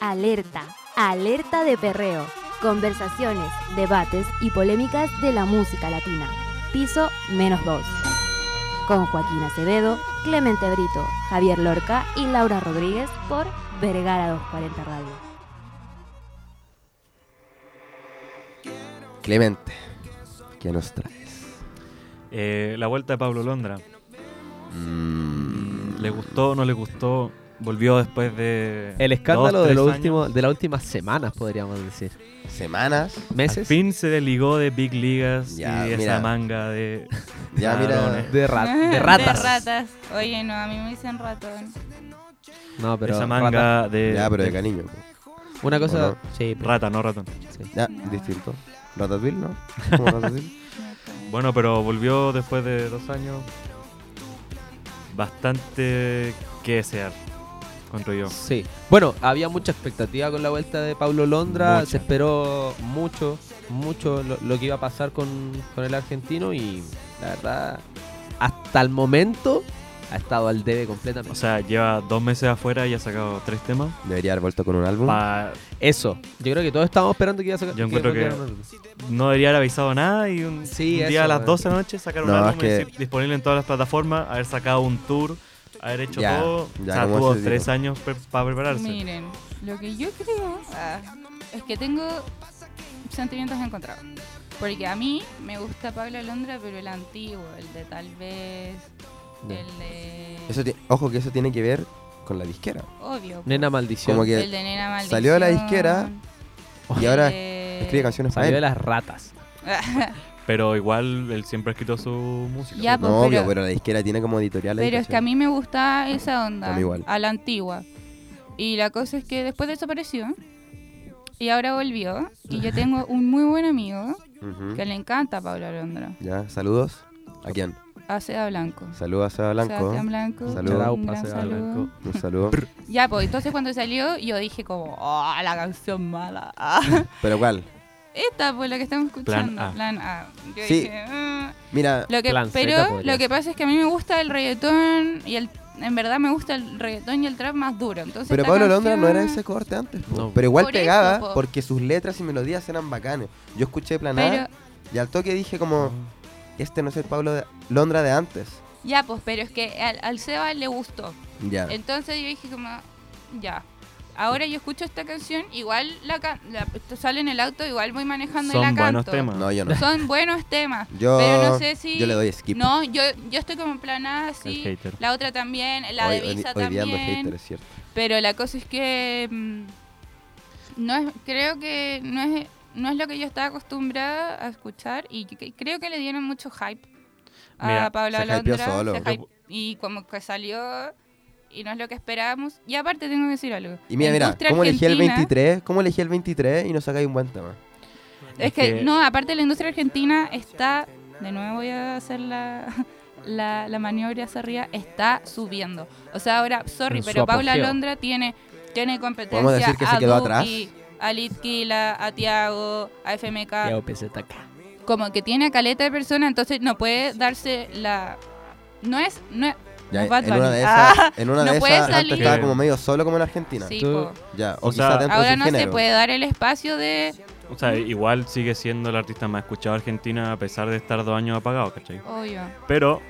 S1: Alerta, alerta de perreo. Conversaciones, debates y polémicas de la música latina. Piso menos 2. Con Joaquín Acevedo, Clemente Brito, Javier Lorca y Laura Rodríguez por Vergara 240 Radio.
S2: Clemente, ¿qué nos traes?
S4: Eh, la vuelta de Pablo Londra.
S2: Mm,
S4: ¿Le gustó o no le gustó? Volvió después de.
S3: El escándalo
S4: dos,
S3: de,
S4: tres
S3: lo
S4: años.
S3: último, de las últimas semanas, podríamos decir.
S2: semanas.
S4: Al
S3: Meses
S4: fin se desligó de Big Ligas
S2: Ya,
S4: y
S2: mira.
S4: esa manga de.
S2: Ya, mira.
S4: ladrones.
S3: de, ra- de ratas.
S5: Ah, De ratas. Oye, no, a mí me dicen ratón.
S3: No, pero
S4: esa
S3: ratas.
S4: manga de.
S2: Ya, pero de cariño. po.
S3: Una cosa...
S2: ¿O
S3: Sí, pero-
S4: Rata, no ratón.
S2: Ya, distinto. Ratatouille, ¿no? ¿Cómo Ratatouille?
S4: Bueno, pero volvió después de dos años. Bastante que desear. Encuentro yo.
S3: Sí. Bueno, había mucha expectativa con la vuelta de Pablo Londra.
S4: Mucha.
S3: Se esperó mucho, mucho lo, lo que iba a pasar con, con el argentino y la verdad, hasta el momento ha estado al debe
S4: O
S3: completamente.
S4: sea, lleva dos meses afuera y ha sacado tres temas.
S2: Debería haber vuelto con un álbum.
S4: Pa-
S3: Eso, yo creo que todos estábamos esperando que iba a sacar.
S4: Yo encuentro que-
S3: volviera una-
S4: no debería haber avisado nada y un,
S3: Sí,
S4: un
S3: eso,
S4: día a las
S3: weón.
S4: 12 de la noche sacar un
S2: No,
S4: álbum
S2: es que-
S4: y decir, disponible en todas las plataformas, haber sacado un tour, haber hecho
S2: Ya,
S4: todo.
S2: ya
S4: o sea,
S2: como
S4: tuvo
S2: ese
S4: tres
S2: tipo.
S4: años pre- para prepararse.
S5: Miren, lo que yo creo ah, es que tengo sentimientos encontrados. Porque a mí me gusta Pablo Londra, pero el antiguo, el de tal vez,
S3: Ya.
S5: el de.
S2: Eso ti- Ojo que eso tiene que ver con la disquera.
S5: Obvio.
S3: Nena maldición.
S2: Como
S5: el
S2: que
S5: de Nena Maldición.
S2: salió de la disquera
S3: Oh.
S2: y ahora
S5: eh,
S2: escribe canciones para
S3: Salió de
S2: él.
S3: las ratas.
S4: Pero igual él siempre ha escrito su música.
S5: Ya, pues,
S2: No, obvio,
S5: pero-
S2: pero la disquera tiene como editorial. ahí,
S5: Pero es que
S2: ¿cachai?
S5: a mí me gusta esa
S2: A
S5: onda,
S2: mí igual.
S5: a la antigua. Y la cosa es que después desapareció y ahora volvió. Y yo tengo un muy buen amigo
S2: Ujú.
S5: que le encanta a Pablo Londra,
S2: Ya, saludos. ¿A quién?
S5: a Seda Blanco.
S2: Saludos a Seba Blanco.
S5: Sebastián Blanco.
S2: Salud.
S3: Shout out
S5: Un
S3: pa'
S5: gran
S3: Sebastián
S5: saludo.
S4: Blanco.
S2: Un saludo.
S5: Ya, pues entonces cuando salió yo dije como, oh, la canción mala. Ah,
S2: Pero cuál?
S5: Esta pues la que estamos escuchando.
S4: Plan A.
S5: Yo
S2: Sí.
S5: dije, "Ah".
S2: Mira,
S5: lo que,
S3: Plan Z
S5: pero
S3: podría
S5: lo que pasa es que a mí me gusta el reggaetón y el... En verdad me gusta el reggaetón y el trap más duro. Entonces
S2: pero
S5: esta
S2: Pablo Londra
S5: canción-
S2: no era ese corte antes. po.
S3: No.
S2: Pero igual
S5: Por eso,
S2: pegaba
S5: po.
S2: porque sus letras y melodías eran bacanes. Yo escuché
S5: Pero,
S2: Planar y al toque dije como, este no es el Pablo de- Londra de antes.
S5: ya, pues, pero es que al, al Seba le gustó.
S2: Ya.
S5: Entonces yo dije como, ya. Ahora yo escucho esta canción, igual la, ca- la- esto sale en el auto, igual voy manejando y la
S4: Son
S5: canto.
S4: buenos temas.
S2: No, yo no.
S5: Son buenos temas.
S2: Yo,
S5: pero no sé si...
S2: yo le doy skip.
S5: No, yo, yo estoy como en plan A, sí.
S4: El hater.
S5: La otra también, la
S2: hoy,
S5: de
S2: hoy-
S5: Visa
S2: hoy día
S5: también.
S2: ando hater, es cierto.
S5: Pero la cosa es que mm, no es, creo que no es, no es lo que yo estaba acostumbrada a escuchar y que- creo que le dieron mucho hype a
S4: Mira,
S5: Pablo
S2: se hypeó
S5: Londra.
S2: solo.
S5: se hype- y como que salió y no es lo que esperábamos. Y aparte tengo que decir algo.
S2: Y mira,
S5: La
S2: mira,
S5: industria
S2: ¿cómo elegí el
S5: argentina-
S2: 23? ¿Cómo elegí el 23 y no sacáis un buen tema?
S5: Es que, no, aparte la industria argentina está, de nuevo voy a hacer la, la, la maniobra hacia arriba, está subiendo. O sea, ahora, sorry,
S3: En su
S5: pero Paula
S3: apogeo.
S5: Londra tiene, tiene competencia
S2: ¿Podemos decir que
S5: a
S2: se quedó
S5: Duki, a Litquila, a Tiago, a FMK.
S3: Ya, OPZ está acá.
S5: Como que tiene a caleta de personas, entonces no puede darse la... No es... No es
S2: Ya,
S5: No, Bad
S2: en una
S5: Bunny.
S2: de esas,
S5: Ah,
S2: en una
S5: no
S2: de
S5: puede
S2: esas antes
S5: salir.
S2: estaba como medio solo como en Argentina.
S5: sí,
S3: Tú-
S5: po.
S2: Ya, o,
S4: O
S2: quizás
S4: sea-
S2: dentro de
S5: Ahora
S2: su
S5: no se
S2: género.
S5: puede dar el espacio de
S4: O sea, igual sigue siendo el artista más escuchado de Argentina a pesar de estar dos años apagado, ¿cachai?
S5: Obvio.
S4: Pero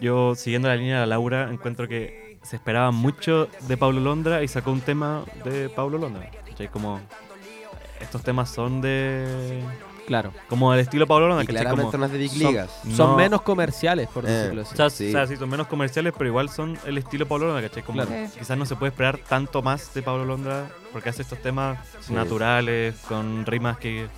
S4: yo, siguiendo la línea de Laura, encuentro que se esperaba mucho de Pablo Londra y sacó un tema de Pablo Londra. ¿Cachai? Como estos temas son de.
S3: Claro.
S4: Como del estilo Pablo Londra,
S2: Y
S4: ¿cachai?
S2: claramente
S4: Como,
S2: no es de Big
S4: son-
S2: Ligas.
S4: no-
S3: Son menos comerciales, por
S2: Eh,
S3: decirlo así.
S4: O sea,
S2: Sí.
S4: o sea, sí, son menos comerciales, pero igual son el estilo Pablo Londra, ¿cachai? Como
S5: Claro. Sí.
S4: quizás no se puede esperar tanto más de Pablo Londra porque hace estos temas
S2: Sí.
S4: naturales, con rimas que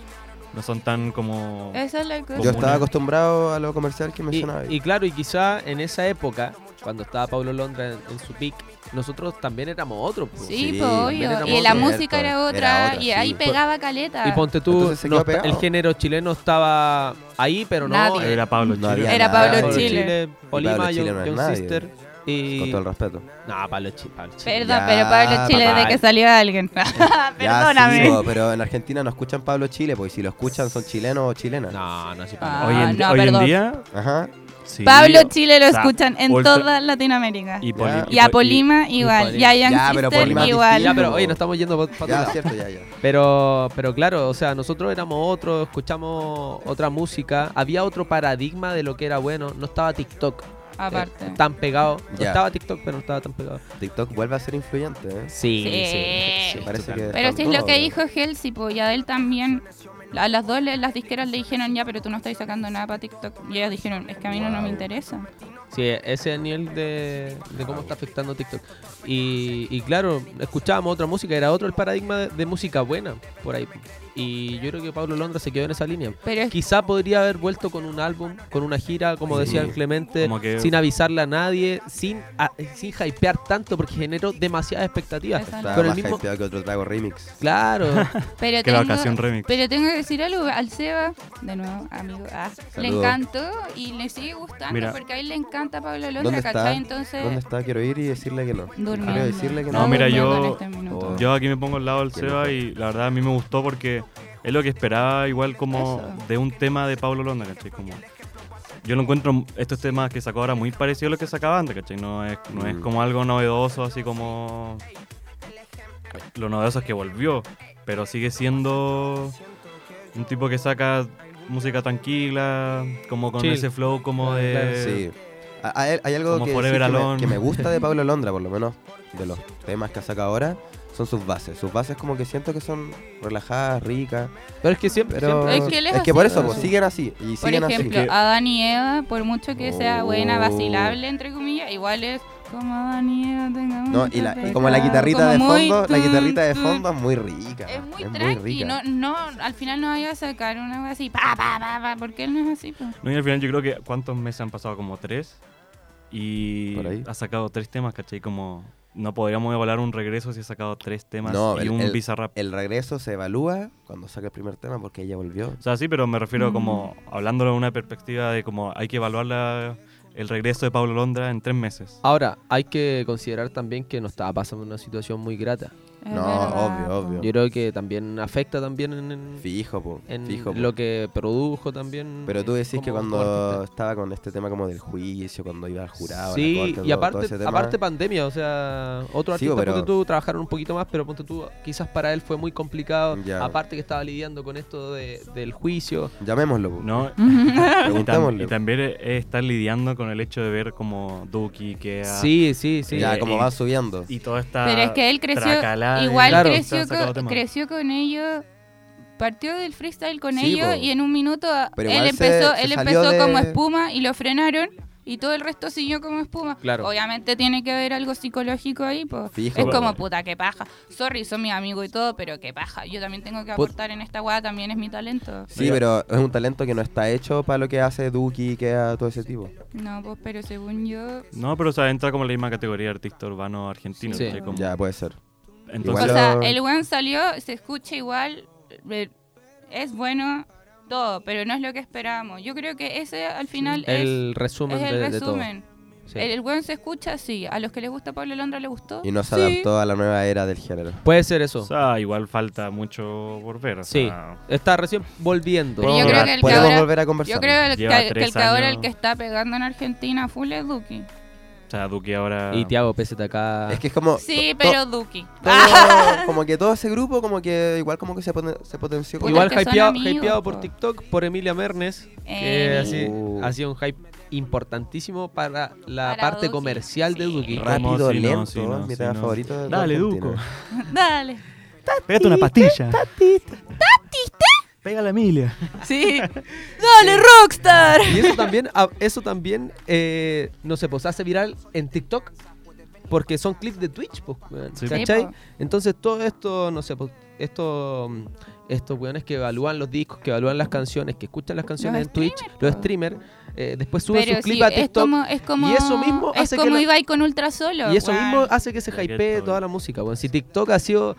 S4: no son tan como...
S5: Esa es la cosa.
S2: Yo
S4: como
S2: estaba
S4: una-
S2: acostumbrado a lo comercial que
S3: Y,
S2: mencionaba.
S3: y claro, y quizá en esa época, cuando estaba Pablo Londra en, en su pick, nosotros también éramos otros. pues.
S5: Sí,
S2: Sí,
S5: pues,
S3: también
S5: obvio.
S3: era
S5: Y la
S3: otra.
S5: música era
S2: Era
S5: otra,
S2: otra,
S5: y ahí
S2: sí.
S5: pegaba caleta.
S3: Y ponte tú,
S2: Entonces se
S3: no
S2: quedó
S3: está-
S2: pegado.
S3: el género chileno estaba ahí, pero no.
S5: Nadie.
S4: Era Pablo
S2: No
S4: Chile.
S2: había
S5: Era
S2: nada,
S5: Pablo
S2: sí.
S5: Chile.
S3: Polima,
S2: Pablo Chile
S3: Young-
S2: no es
S3: Young
S2: nadie.
S3: Sister.
S2: Con
S3: Y...
S2: todo el respeto.
S3: No, Pablo Chi- Pablo Chile.
S5: Perdón,
S2: Ya,
S5: pero Pablo Chile desde
S3: papá.
S5: que salió alguien.
S2: Ya,
S5: Ah, Perdóname.
S2: sí, bo, pero en Argentina no escuchan Pablo Chile, pues y si lo escuchan son chilenos o chilenas.
S3: No, no, sí,
S5: Ah,
S4: Hoy en,
S5: no,
S4: hoy en
S5: perdón.
S4: día...
S2: Ajá.
S4: sí.
S5: Pablo Chile lo
S4: O sea,
S5: escuchan en
S4: ultra-
S5: toda Latinoamérica.
S4: Y,
S5: Y,
S4: Poli-
S2: Ya.
S4: y
S5: a
S4: Poli-
S5: Polima igual.
S3: Polima.
S5: Y a Young
S2: Ya, pero
S5: Sister
S2: Polima es
S5: igual.
S3: Ya, pero oye, nos estamos yendo para
S2: Ya, cierto, ya, ya.
S3: Pero, pero claro, o sea, nosotros éramos otros, escuchamos otra música, había otro paradigma de lo que era bueno, no estaba TikTok eh,
S5: Aparte.
S3: tan pegado, no
S2: Ya.
S3: estaba TikTok, pero no estaba tan pegado.
S2: TikTok vuelve a ser influyente, ¿eh?
S3: Sí,
S5: Sí. sí,
S2: Parece que
S5: Pero si es
S2: están
S5: lo que
S2: todos,
S5: dijo Helsi, pues, y a él también. A las dos le- las disqueras le dijeron, ya, pero tú no estás sacando nada para TikTok. Y ellas dijeron, es que a mí no, no me interesa.
S3: Sí, ese es el nivel de, de cómo está afectando TikTok. Y, y claro, escuchábamos otra música, era otro el paradigma de, de música buena por ahí. Y yo creo que Pablo Londra se quedó en esa línea.
S5: Pero es
S3: Quizá podría haber vuelto con un álbum, con una gira, como
S2: Sí.
S3: decía el Clemente,
S4: Como que-
S3: sin avisarle a nadie, sin, a- sin hypear tanto, porque generó demasiadas expectativas.
S5: Exacto.
S2: Está
S3: Con el
S2: más
S3: mismo,
S2: hypeado que otro trago remix.
S3: claro,
S5: Pero
S4: Que
S5: tengo,
S4: vacación remix.
S5: Pero tengo que decir algo al Seba, de nuevo, amigo. ah, le
S2: Saludos.
S5: encantó y le sigue gustando
S4: Mira.
S5: porque a él le encanta Pablo
S2: ¿Dónde
S5: Londra,
S2: está?
S5: ¿cachai? Entonces,
S2: ¿Dónde está? Quiero ir y decirle que no.
S5: durmiendo.
S2: Quiero decirle que
S4: No,
S2: no. Oh.
S4: mira, yo-
S5: durmiendo en este minuto.
S4: Yo aquí me pongo al lado del
S2: Qué
S4: Seba
S2: loco.
S4: y la verdad a mí me gustó porque es lo que esperaba igual como
S5: Eso.
S4: de un tema de Pablo Londra, ¿cachai? Como, yo lo encuentro estos temas que sacó ahora muy parecido a lo que sacaba antes, ¿cachai? No es, no es
S2: Mm.
S4: como algo novedoso, así como... Lo novedoso es que volvió, pero sigue siendo un tipo que saca música tranquila, como con
S3: Chill.
S4: ese flow como
S3: Ah,
S4: de...
S3: claro.
S2: Sí. A- a- Hay, algo
S4: Como
S2: que,
S4: Forever
S2: sí que me-
S4: Alone.
S2: que me, gusta de Pablo Londra, por lo menos de los temas que saca ahora, son sus bases. Sus bases como que siento que son relajadas, ricas,
S3: pero es que siempre,
S2: pero...
S5: Es que él es
S2: por
S5: así,
S2: eso,
S5: pues.
S2: pues, siguen así, y
S5: Por
S2: siguen
S5: ejemplo, ah,
S2: así.
S5: Adán y Eva, por mucho que sea buena,
S2: Oh.
S5: vacilable, entre comillas, igual es como Adán y Eva, tengamos
S2: No, y,
S5: mucho
S2: la- y como la
S5: pecado,
S2: guitarrita
S5: como
S2: de
S5: muy
S2: fondo, la
S5: tun,
S2: guitarrita de
S5: tun.
S2: fondo es muy rica.
S5: Es muy tranqui, no, no, al final no vaya a sacar una wea así, pa, pa, pa, pa, porque él no es así, pues.
S4: No, y al final yo creo que ¿cuántos meses han pasado? Como tres. Y
S2: Por ahí.
S4: ha sacado tres temas, ¿cachai? Como no podríamos evaluar un regreso si ha sacado tres temas
S2: No,
S4: y
S2: el-
S4: un
S2: el-
S4: bizarrap.
S2: El regreso se evalúa cuando saca el primer tema porque ella volvió.
S4: O sea, sí, pero me refiero
S5: Mm.
S4: como hablándolo de una perspectiva de como hay que evaluar la- el regreso de Pablo Londra en tres meses.
S3: Ahora, hay que considerar también que nos estaba pasando una situación muy grata.
S5: Es
S2: No,
S5: verdad,
S2: obvio,
S5: po.
S2: obvio.
S3: Yo creo que también afecta también en, en-
S2: Fijo, po,
S3: en
S2: fijo. po.
S3: lo que produjo también. eh,
S2: Pero tú decís que
S3: como-
S2: cuando
S3: como artista.
S2: estaba con este tema como del juicio, cuando iba al jurado, a la
S3: Sí,
S2: corte,
S3: y
S2: todo- todo
S3: aparte,
S2: ese tema,
S3: aparte pandemia, o sea, otro
S2: Sí,
S3: artista
S2: pero-
S3: ponte tú, trabajaron un poquito más, pero ponte tú, quizás para él fue muy complicado,
S2: Ya.
S3: aparte que estaba lidiando con esto de- del juicio.
S2: llamémoslo, po,
S4: ¿No? Y, tam-
S2: Ah, preguntémosle.
S4: y también es- es estar lidiando con el hecho de ver como Duki, que
S3: Sí, sí, sí.
S2: ya,
S4: eh,
S2: como
S4: y-
S2: va subiendo.
S4: y toda esta.
S5: Pero es que él creció,
S4: tracalada de-
S5: igual
S3: Claro.
S5: creció,
S4: han sacado
S5: con,
S4: temas.
S5: creció con ellos, partió del freestyle con
S2: Sí,
S5: ellos
S2: po.
S5: y en un minuto ah,
S2: Pero
S5: él
S2: igual se-
S5: empezó,
S2: se
S5: él
S2: salió
S5: empezó
S2: de-
S5: como espuma y lo frenaron y todo el resto siguió como espuma.
S3: Claro.
S5: Obviamente tiene que haber algo psicológico ahí, pues.
S2: Fijo,
S5: es
S2: po.
S5: como puta, qué paja. Sorry, son mis amigos y todo, pero qué paja. Yo también tengo que
S3: Put-
S5: aportar en esta guada, también es mi talento.
S2: Sí, pero es un talento que no está hecho para lo que hace Duki, que a todo ese tipo.
S5: No, pues, pero según yo,
S4: No, pero o sea, entra como en la misma categoría de artista urbano argentino.
S3: Sí.
S4: ¿cachai? Como-
S2: Ya, puede ser.
S4: entonces,
S5: o
S2: Igual
S5: sea,
S2: lo-
S5: el weón salió, se escucha igual, eh, es bueno todo, pero no es lo que esperábamos. Yo creo que ese al final es-
S3: el
S5: es,
S3: resumen
S5: el
S3: de, de todo.
S5: resumen.
S3: Sí.
S5: El, el weón se escucha, sí. A los que les gusta Pablo Londra le gustó.
S2: Y no se
S5: Sí.
S2: adaptó a la nueva era del género.
S3: Puede ser eso.
S4: o sea, igual falta mucho por ver. o
S3: Sí.
S4: sea,
S3: Está recién volviendo.
S5: Pero yo
S2: Podemos-
S5: creo que el
S2: Podemos
S5: que ahora-
S2: volver a conversar.
S5: Yo creo que, el
S4: Lleva
S5: que- que
S4: tres
S5: el que ahora
S4: años.
S5: el que está pegando en Argentina full es Duki.
S4: sea, Duque ahora.
S3: Y Tiago PZK.
S2: Es que es como.
S5: Sí,
S2: to-
S5: pero Duki.
S2: todo- como que todo ese grupo, como que igual como que se, pone- se potenció. como-
S3: Igual
S5: Puta, es que son
S3: hypeado,
S5: amigos,
S3: hypeado por
S5: po.
S3: TikTok por Emilia Mernes, que
S5: Emi.
S3: así-
S2: Uh.
S3: ha sido un hype importantísimo para la
S5: Para
S3: parte
S5: Duki,
S3: comercial de
S5: sí.
S3: Duki.
S4: Como
S2: rápido,
S4: si no,
S2: lento,
S4: si no,
S2: mi
S4: si
S2: tema
S4: no.
S2: favorito. de
S4: Dale,
S2: Argentina.
S4: Duco.
S5: Dale.
S4: Pégate una pastilla. ¿Tatiste? Pégale a Emilia.
S5: Sí. Dale, Rockstar.
S3: Y eso también, a- eso también eh, no sé, pues hace viral en TikTok porque son clips de Twitch, pues, weón,
S4: Sí,
S3: ¿cachai?
S5: po.
S3: Entonces todo esto, no sé, pues, esto, mm, estos weones que evalúan los discos, que evalúan las canciones, que escuchan las canciones
S5: Los
S3: en Twitch, los streamers, eh, después suben
S5: Pero
S3: sus
S5: sí,
S3: clips a
S5: es
S3: TikTok.
S5: como, es como,
S3: y eso mismo
S5: es
S3: hace que
S5: como
S3: la-
S5: Ibai con Ultra Solo.
S3: Y eso
S5: weón.
S3: mismo hace que se
S4: Reggaetón.
S3: hypee toda la música. Bueno, si TikTok ha sido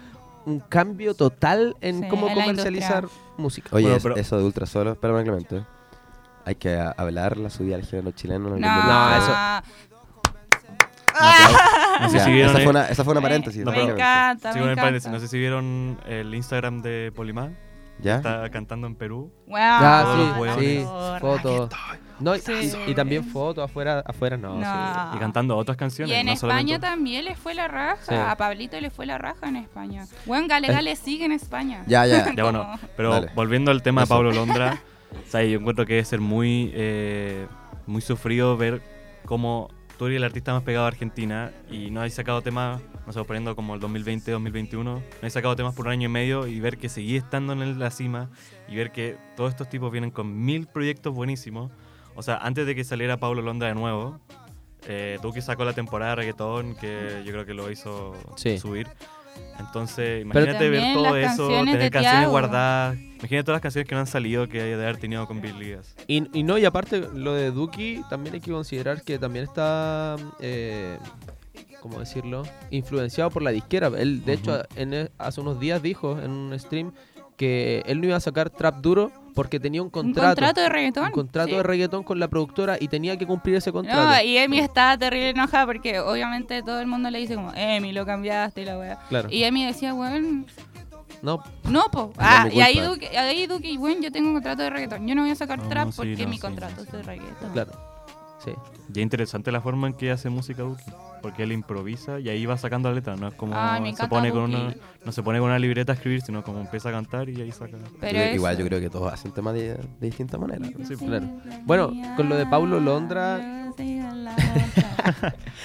S3: un cambio total en
S5: Sí,
S3: cómo
S5: en la
S3: comercializar música.
S2: Oye,
S4: Bueno,
S2: es-
S4: pero-
S2: eso de Ultra Solo, espérame, Clemente. Hay que a- hablar la subida al género chileno. en algún
S5: No,
S2: momento.
S3: No, eso-
S4: No sé
S2: Ah. Ya,
S4: si vieron.
S2: esa, fue
S4: el-
S2: una, esa fue una paréntesis.
S4: No,
S5: me
S4: pero-
S2: básicamente.
S5: encanta,
S4: sí,
S5: me
S4: bueno, en paréntesis,
S5: encanta.
S4: No sé si vieron el Instagram de Polimá.
S5: Ah.
S2: ¿Ya?
S4: Está cantando en Perú. todos
S5: Weón,
S3: Ah,
S4: los
S3: sí, sí,
S5: zorra.
S3: fotos. No, y,
S5: Sí.
S3: y- y también fotos afuera, afuera no.
S5: No.
S4: Y cantando otras
S5: Ah. Y
S4: canciones.
S5: en
S4: no
S5: España
S4: solamente-
S5: también les fue la raja.
S3: Sí.
S5: A Pablito le fue la raja en España. Weón, Gale
S2: Eh.
S5: Gale sigue en España.
S2: Ya, ya.
S4: Ya bueno, pero
S2: Dale.
S4: volviendo al tema de
S2: Eso.
S4: Pablo Londra, o sea, yo encuentro que debe ser muy, eh, muy sufrido ver cómo tú eres el artista más pegado de Argentina y no hay sacado temas, no sé, poniendo como el 2020, 2021, no hay sacado temas por un año y medio y ver que seguí estando en la cima y ver que todos estos tipos vienen con mil proyectos buenísimos. O sea, antes de que saliera Pablo Londra de nuevo, eh, Duque sacó la temporada de reggaetón que yo creo que lo hizo
S3: Sí.
S4: subir. Entonces,
S3: Pero-
S4: imagínate ver
S5: También
S4: todo
S5: las
S4: eso,
S5: canciones
S4: tener
S5: de
S4: canciones
S5: Tiago.
S4: guardadas. Imagínate todas las canciones que no han salido que hay de haber tenido con Bill Ligas.
S3: Y, y no, y aparte lo de Duki, también hay que considerar que también está, eh, ¿cómo decirlo? Influenciado por la disquera. Él, de hecho, en e- hace unos días dijo en un stream que él no iba a sacar trap duro porque tenía un
S5: Un
S3: contrato.
S5: contrato de reggaetón.
S3: un contrato
S5: Sí.
S3: de reggaetón con la productora y tenía que cumplir ese contrato.
S5: No, y Emi estaba terrible enojada porque obviamente todo el mundo le dice como, Emi, lo cambiaste y la weá.
S3: Claro.
S5: Y Emi decía, weón,
S3: No,
S5: no, po.
S2: No es
S5: Ah,
S2: mi
S5: y ahí
S2: culpa.
S5: Duque, ahí Duque, weón, yo tengo un contrato de reggaetón. Yo no voy a sacar
S4: No,
S5: trap
S4: no, sí,
S5: porque
S4: no,
S5: mi
S4: sí,
S5: contrato
S4: sí,
S5: es de
S4: sí.
S5: reggaetón.
S3: claro. Sí.
S4: Y es interesante la forma en que hace música Duki, porque él improvisa y ahí va sacando la letra, no es como
S5: Ay, Ah, me
S4: se
S5: encanta
S4: pone con
S5: Duki.
S4: una no se pone con una libreta a escribir, sino como empieza a cantar y ahí saca.
S5: Pero
S2: Yo- igual
S5: eso.
S2: yo creo que todos hacen temas de, de distintas maneras.
S4: Sí,
S3: claro. Bueno, con lo de Paulo Londra-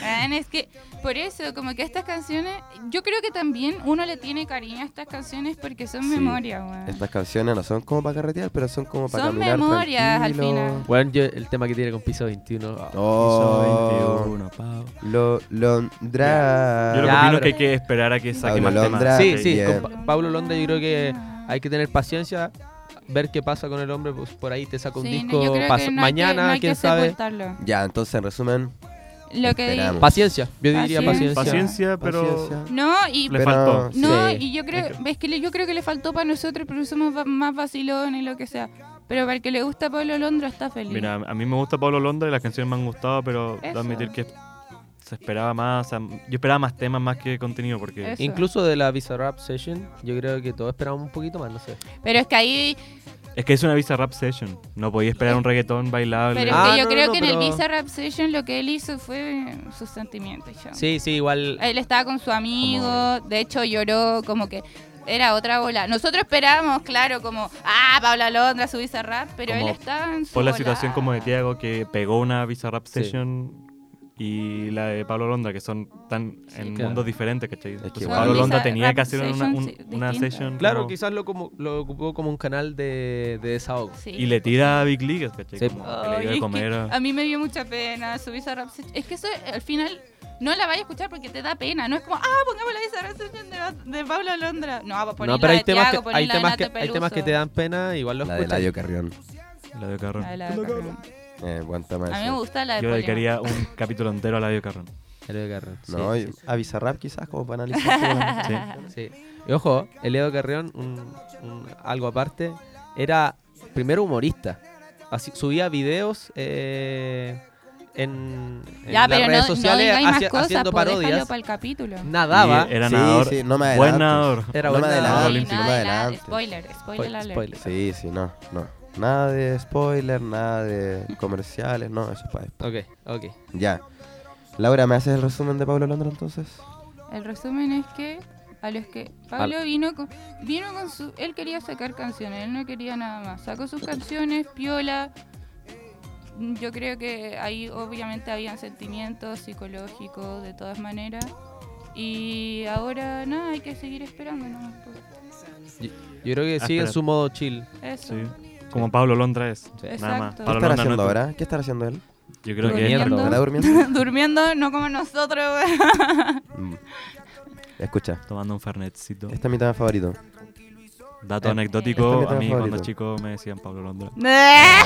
S5: Man, es que por eso, como que estas canciones, yo creo que también uno le tiene cariño a estas canciones porque son
S2: Sí.
S5: memoria, weón.
S2: Estas canciones no son como para carretear, pero son como para
S5: Son
S2: caminar
S5: memorias al
S2: tranquilo.
S5: final.
S3: Bueno, yo- el tema que tiene con Piso 21. ah.
S2: Oh,
S4: Pau.
S2: lo, Londra.
S4: Yo lo que
S3: Ya,
S4: opino es
S3: pero-
S4: que hay que esperar a que saque
S2: Pablo
S4: más
S2: Londra,
S4: temas.
S3: Sí, sí,
S2: bien.
S3: con Pa- Pablo Londra yo creo que hay que tener paciencia, ver qué pasa con el hombre, pues por ahí te saca un
S5: Sí, no,
S3: disco
S5: yo creo que
S3: pas-
S5: no hay que-
S3: mañana,
S5: no hay que
S3: quién sabe.
S5: sepultarlo.
S2: Ya, entonces en resumen,
S5: Lo que di-
S2: Esperamos.
S3: Paciencia, yo diría
S5: Paciencia.
S3: paciencia.
S4: Paciencia, pero
S2: paciencia.
S5: No, y
S4: le
S2: Pero-
S4: faltó.
S5: no,
S3: Sí.
S5: y yo creo, es que le- yo creo que le faltó para nosotros, porque somos va- más vacilones y lo que sea. Pero para el que le gusta a Pablo Londra está feliz.
S4: Mira, a mí me gusta Pablo Londra y las canciones me han gustado, pero debo
S5: Eso.
S4: admitir que se esperaba más, o sea, yo esperaba más temas más que contenido porque
S5: Eso.
S3: Incluso de la Bizarrap Session, yo creo que todos esperamos un poquito más, no sé.
S5: Pero es que ahí
S4: es que es una visa rap session, no podía esperar un reggaetón bailable.
S5: Pero
S3: Ah,
S5: es que yo
S3: no,
S5: creo
S3: no,
S5: que en
S3: pero-
S5: el Visa Rap Session lo que él hizo fue sus sentimientos. chao.
S3: Sí, sí, igual.
S5: Él estaba con su amigo, de hecho lloró, como que era otra bola. Nosotros esperábamos, claro, como, ah, Pablo Londra, su Visa Rap, pero
S4: Como
S5: él estaba en su.
S4: Por la
S5: bola.
S4: situación como de Tiago que pegó una visa rap
S3: Sí.
S4: session y la de Pablo Londra que son tan en
S3: claro.
S4: mundos diferentes, ¿cachai? Entonces,
S2: igual-
S4: Pablo
S2: Son
S4: Londra
S5: Visa
S4: tenía
S5: Rap
S4: que hacer una,
S5: Sessions
S4: un-
S5: di-
S4: una
S5: distintas.
S4: sesión
S3: Claro,
S4: como-
S3: quizás lo, como, lo ocupó como un canal de, de desahogo.
S5: Sí.
S4: y le tira a Big League, ¿cachai?
S3: Sí.
S4: Como que
S5: Ay,
S4: le dio
S5: es
S4: de
S5: que
S4: comer a-
S5: a mí me dio mucha pena su Visa Rap Session. Es que eso al final. No la vayas a escuchar porque te da pena. No es como, ah, pongamos la Visa Rap Session de, de Pablo Londra. No, pues
S3: No,
S5: ponela
S3: pero hay
S5: de
S3: temas,
S5: Tiago,
S3: que, hay,
S5: ponela de
S3: temas que,
S5: Nata
S3: hay temas que
S5: Peluso.
S3: te dan pena, igual los
S2: La de
S3: escuchas.
S2: Ladio Carrión.
S4: la de Carrón.
S5: La de la de Carrón.
S2: Eh, buen tema
S5: A mí
S2: ese.
S5: me gusta la de
S4: Yo
S5: Polio.
S4: dedicaría un capítulo entero a la de Carrón.
S3: Eladio Carrión, sí,
S2: No,
S3: sí,
S2: y- a Bizarrap quizás como para analizar. todas las-
S3: Sí. Y ojo, Eleo Carrión, un- un- algo aparte, era primero humorista. Así, subía videos eh, en, en
S5: Ya,
S3: las
S5: pero
S3: redes
S5: no,
S3: sociales
S5: no digáis
S3: hacia-
S5: más cosas, pues,
S3: haciendo parodias.
S5: para el capítulo.
S3: Nadaba.
S4: Y era
S2: Sí,
S4: nadador.
S2: sí, no me
S4: buen
S2: adelantes.
S4: nadador.
S3: Era
S2: no
S3: buen
S2: me
S5: No,
S3: nadador.
S2: adelanto.
S5: ni
S2: olímpico,
S5: nada,
S2: más
S5: ni nada.
S2: adelante.
S5: Spoiler, spoiler
S3: Spoil-
S5: alert.
S3: spoiler.
S2: Sí, sí, no, no. Nada de spoiler, nada de comerciales, no, eso es para
S3: Ok, ok.
S2: Ya. Laura, ¿me haces el resumen de Pablo Londra entonces?
S5: El resumen es que a los que Pablo vino con, vino con su él quería sacar canciones, él no quería nada más. Sacó sus canciones, piola. Yo creo que ahí obviamente habían sentimientos psicológicos de todas maneras. Y ahora nada, hay que seguir esperando nomás, pues.
S3: Yo creo que
S4: Ah,
S3: sigue en
S4: espera.
S3: su modo chill.
S5: Eso.
S4: Sí. Como Pablo Londra es. Nada más.
S2: ¿Qué
S5: Exacto.
S4: Pablo
S2: estará
S4: Londra
S2: haciendo
S4: no es-
S2: ahora? ¿Qué estará haciendo él?
S4: Yo creo que
S5: Durmiendo.
S4: él
S5: ¿No?
S2: ¿Estará durmiendo?
S5: Durmiendo, no como nosotros, weón.
S2: Mm. Escucha,
S4: tomando un fernetcito.
S2: este es mi tema favorito.
S4: Dato
S2: Eh, este es mi
S4: anecdótico, a
S2: tema
S4: mí
S2: favorito.
S4: cuando chico me decían Pablo Londra.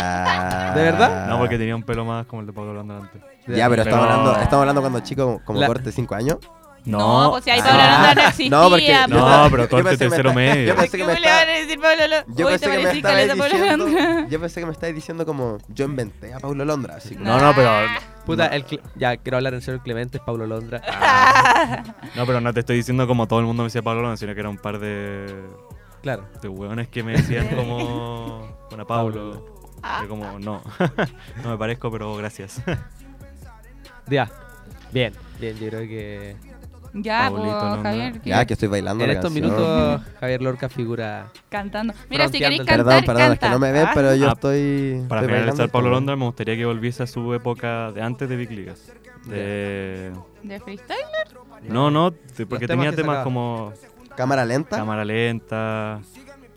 S2: Ah.
S3: ¿De verdad?
S4: No, porque tenía un pelo más como el de Pablo Londra antes.
S2: Ya, pero estamos
S4: Pero-
S2: hablando, estamos hablando cuando chico, como
S3: La-
S2: corte 5 años.
S5: No, pues si ahí Pablo
S4: ah,
S5: Londra no existía. pues.
S2: No, porque yo
S5: po.
S4: No,
S2: estaba-
S4: pero
S2: yo
S4: todo este
S2: pensé que me
S4: tercero
S2: está-
S4: medio.
S2: Yo pensé que
S5: ¿Cómo
S2: me
S5: le van a
S2: está-
S5: decir Pablo Londra?
S2: yo
S5: Uy,
S2: pensé
S5: te
S2: que me
S5: parecí
S2: estabas
S5: caleta Pablo
S2: diciendo,
S5: Londra.
S2: yo pensé que me estabas diciendo como yo inventé a Pablo Londra, así como-
S4: No, no, Ah. pero.
S3: Puta, el Cle- ya quiero hablar en serio, el Clemente es Pablo Londra.
S4: No, pero no te estoy diciendo como todo el mundo me decía Pablo Londra, sino que era un par de.
S3: Claro.
S4: de hueones que me decían como. Bueno, Pablo.
S5: Ah.
S4: Yo como, no. no me parezco, pero gracias.
S3: Ya. Bien. Bien, yo creo que.
S5: Ya,
S4: Pablito
S5: pues,
S4: Londra.
S5: Javier, que
S2: Ya que estoy bailando
S3: En
S2: la
S3: estos
S2: canción.
S3: minutos Javier Lorca figura.
S5: cantando. Mira, si queréis cantar,
S2: Perdón, perdón,
S5: canta.
S2: es que no me ven, pero yo
S4: Ah,
S2: estoy
S4: Para
S2: estoy bailando
S4: finalizar, Pablo
S2: esto.
S4: Londra, me gustaría que volviese a su época de antes de Big Ligas. De...
S5: ¿De freestyle?
S4: No, no, de- porque
S3: Los temas
S4: tenía
S3: que
S4: temas
S3: sacaba.
S4: como
S2: Cámara lenta.
S4: Cámara Lenta,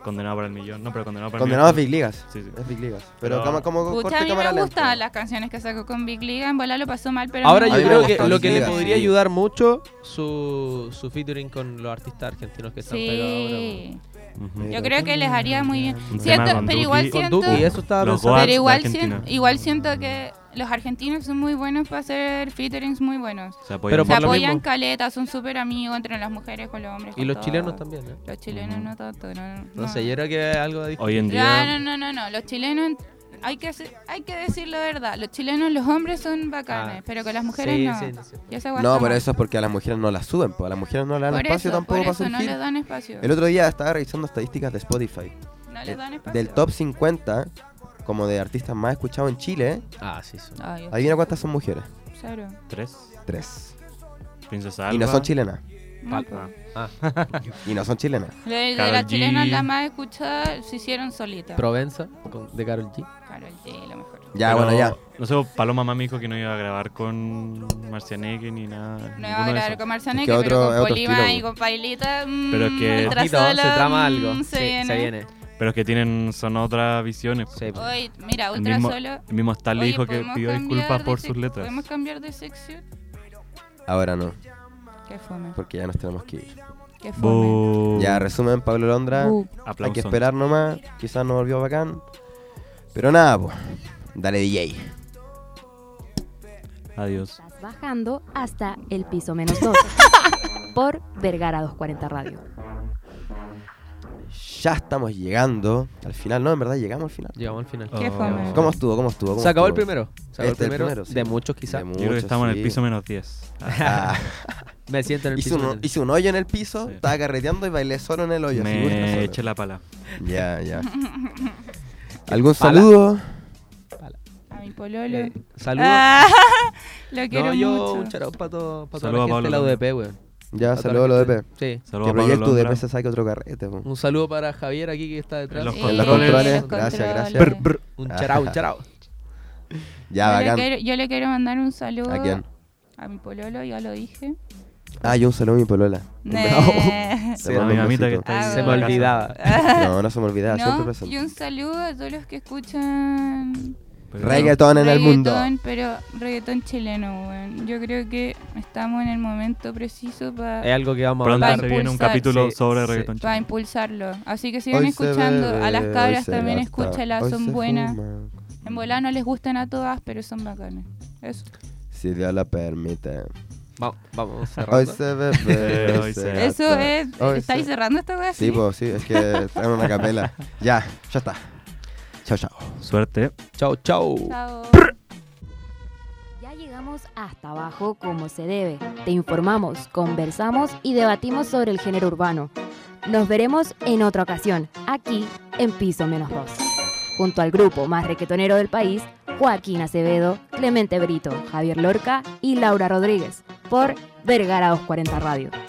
S4: Condenado para el Millón. No, pero Condenado para
S2: Condenado a
S4: el
S2: Big Ligas.
S4: Sí, sí.
S2: Es Big Ligas. Pero
S4: Pero-
S2: cama- como corte
S5: Pucha, a mí me
S2: cámara
S5: gustan
S2: lenta.
S5: las canciones que sacó con Big Liga. En bola lo pasó mal, pero.
S3: Ahora
S5: no-
S2: A mí
S3: yo
S2: me
S3: creo
S2: gusta
S3: que lo que le
S2: Bundesliga,
S3: podría
S2: sí.
S3: ayudar mucho su, su featuring con los artistas argentinos que están pegados ahora. weón.
S5: Sí.
S4: Millón. Ujú.
S5: Yo creo que les haría muy bien.
S4: Un
S5: Siento,
S4: tema con
S5: pero
S4: Duki.
S5: igual
S4: Con
S5: siento.
S3: Duki, eso estaba
S4: Los
S3: pensando.
S4: Goats
S5: Pero
S4: de
S5: igual
S4: Argentina.
S5: siento, igual siento que los argentinos son muy buenos para hacer featurings muy buenos.
S4: Se apoyan
S3: Pero
S5: Se
S3: por
S4: mucho.
S3: lo
S5: apoyan
S3: mismo-
S5: caleta, son súper amigos entre las mujeres con los hombres.
S3: Y
S5: con
S3: los
S5: todo. Ah.
S3: chilenos también, ¿eh?
S5: Los chilenos
S4: Ujú.
S5: no tanto, no. no,
S3: No sé, yo creo que algo de
S4: Hoy en
S5: Ya,
S4: día...
S5: no, no, no, no. Los chilenos, hay que, hacer- hay que decir la verdad. Los chilenos, los hombres son bacanes,
S3: Ah,
S5: pero con las mujeres
S3: sí,
S5: no.
S3: sí, sí.
S5: Y esa weá
S2: No,
S5: está
S2: pero
S5: mal.
S2: eso es porque a las mujeres no las suben, pues a las mujeres no le dan
S5: Por
S2: espacio
S5: eso,
S2: tampoco
S5: por
S2: para
S5: eso no
S2: surgir.
S5: les dan espacio.
S2: El otro día estaba revisando estadísticas de Spotify.
S5: no
S2: eh,
S5: les dan espacio.
S2: Del top 50, como de artistas más escuchados en Chile,
S3: Ah, sí, sí.
S5: Ay,
S2: adivina cuántas son mujeres.
S5: cero.
S4: Tres.
S2: Tres.
S4: Princesa
S2: Y no
S4: Alba.
S2: son chilenas.
S5: No,
S4: Ah.
S5: pues.
S2: Y no son chilenas.
S5: De, de
S4: Karol
S5: las
S4: G.
S5: chilenas, las más escuchadas se hicieron solitas.
S3: Provenza con- de Carol G.
S5: Karol G, lo mejor.
S2: Ya,
S4: Pero,
S2: bueno, ya.
S4: No sé, Paloma Mamá me dijo que no iba a grabar con Marcianeque ni nada.
S5: No
S4: ninguno
S5: iba a
S4: de
S5: hablar
S4: esos.
S5: con
S2: Es
S5: Marcianeque,
S2: que otro-
S5: pero
S2: es
S5: con
S2: otro
S5: Polima
S2: estilo,
S5: y con Pailita. mm,
S4: Pero es que-
S5: nuestra
S3: Ojito, se
S5: sola,
S3: trama
S5: mm,
S3: algo.
S5: Se
S3: Sí,
S5: viene.
S3: se viene.
S4: Pero es que tienen, son otras visiones.
S3: Sí,
S2: pues.
S3: po.
S5: Hoy, mira,
S4: El
S5: Ultra
S4: mismo-
S5: Solo.
S4: El mismo Stan le
S5: Oye,
S4: dijo que
S5: ¿podemos
S4: pidió
S5: cambiar
S4: disculpas
S5: de
S4: por
S5: sec-
S4: sus letras.
S5: ¿Podemos cambiar de sección?
S2: Ahora no,
S5: Qué fome.
S2: porque ya nos tenemos que ir.
S5: Qué fome.
S3: Uh.
S4: Bu.
S2: Ya, resumen, Pablo Londra.
S5: Bu.
S4: Aplausos.
S2: Hay que esperar nomás. Quizás no volvió bacán. Pero nada, pues. Dale DJ.
S4: Adiós.
S1: Estás bajando hasta el piso menos 2 por Vergara 240 Radio.
S2: Ya estamos llegando al final. No, en verdad llegamos al final.
S3: Llegamos al final.
S5: Qué
S4: Oh.
S5: fome.
S2: ¿Cómo estuvo? ¿Cómo estuvo? ¿Cómo
S3: Se acabó el
S2: estuvo?
S3: primero. Se acabó
S2: Este,
S3: el primero.
S2: primero, sí.
S3: De muchos
S2: De
S3: quizás.
S4: Yo creo que
S2: muchos,
S4: estamos en
S2: sí.
S4: el piso menos 10. Ah,
S2: Ah,
S3: Me siento en el
S2: hice,
S3: piso.
S2: un, hice un hoyo en el piso,
S4: Sí.
S2: estaba carreteando y bailé solo en el hoyo. así, gusto solo.
S4: Ah, me eché la pala.
S2: Ya, ya. ¿Algún
S3: pala.
S2: saludo?
S5: A mi pololo.
S3: Eh, Saludos.
S5: Ah, lo quiero
S3: no, yo un
S5: mucho.
S3: charao para todo, para toda
S4: Saludos
S3: la
S4: a
S3: gente de la
S4: Pablo
S3: UDP, weón.
S2: Ya,
S3: Pa' toda
S2: saludo a
S3: la
S2: los
S3: gente.
S2: DP. Que
S4: Saludos
S3: Sí.
S4: a Pablo
S2: proyecto
S4: Londra.
S2: DP se saque otro carrete. po.
S3: Un saludo para Javier aquí que está detrás.
S4: En los
S5: Eh,
S2: En los
S4: Controles.
S2: controles.
S5: los
S2: Gracias,
S5: controles.
S2: gracias.
S5: Brr, brr.
S3: Un charao, un charao.
S2: Ya,
S5: yo, le
S2: bacán.
S5: quiero, yo le quiero mandar un saludo
S2: ¿A quién?
S5: a mi pololo, ya lo dije.
S2: Ah, yo un saludo a mi polola. Un beso.
S5: Eh,
S2: Te
S4: A
S2: mando
S4: mi
S2: un
S4: mamita que
S2: besito.
S4: está ahí.
S5: Ah,
S3: Se me
S5: bueno.
S3: olvidaba.
S2: No, no se me olvidaba, siempre
S5: no, y
S2: presente.
S5: un saludo a todos los que escuchan
S4: Pero-
S2: Reggaetón en el mundo.
S5: reggaetón, pero reggaetón chileno, weón. Yo creo que estamos en el momento preciso
S3: Es
S5: para
S3: algo que vamos a
S4: Pronto
S5: Va a
S3: hablar.
S4: se viene un
S5: impulsar,
S4: capítulo
S3: sí,
S4: sobre
S3: sí.
S4: reggaetón. chileno.
S5: impulsarlo. Así que sigan
S2: Hoy se
S5: escuchando.
S2: bebe,
S5: a las
S2: hoy
S5: cabras
S2: se
S5: también
S2: gasta,
S5: escúchalas,
S2: hoy
S5: son
S2: se
S5: buenas.
S2: fuma.
S5: En volar no les gustan a todas, pero son bacanas. Eso.
S2: Si Dios la permite.
S3: Vamos, vamos
S2: Hoy
S3: cerrando.
S2: se bebe,
S4: Sí,
S2: hoy
S4: hoy
S2: se
S4: se
S2: gasta.
S5: Eso es.
S2: Hoy
S5: ¿Estáis
S2: se-
S5: cerrando esta wea?
S2: Sí, pues sí, es que traen una capela. Ya, ya está. Chao, chao.
S4: Suerte.
S3: Chau, chau.
S5: Chao.
S1: Ya llegamos hasta abajo como se debe. Te informamos, conversamos y debatimos sobre el género urbano. Nos veremos en otra ocasión, aquí en Piso Menos 2, junto al grupo más requetonero del país, Joaquín Acevedo, Clemente Brito, Javier Lorca y Laura Rodríguez por Vergara 240 Radio.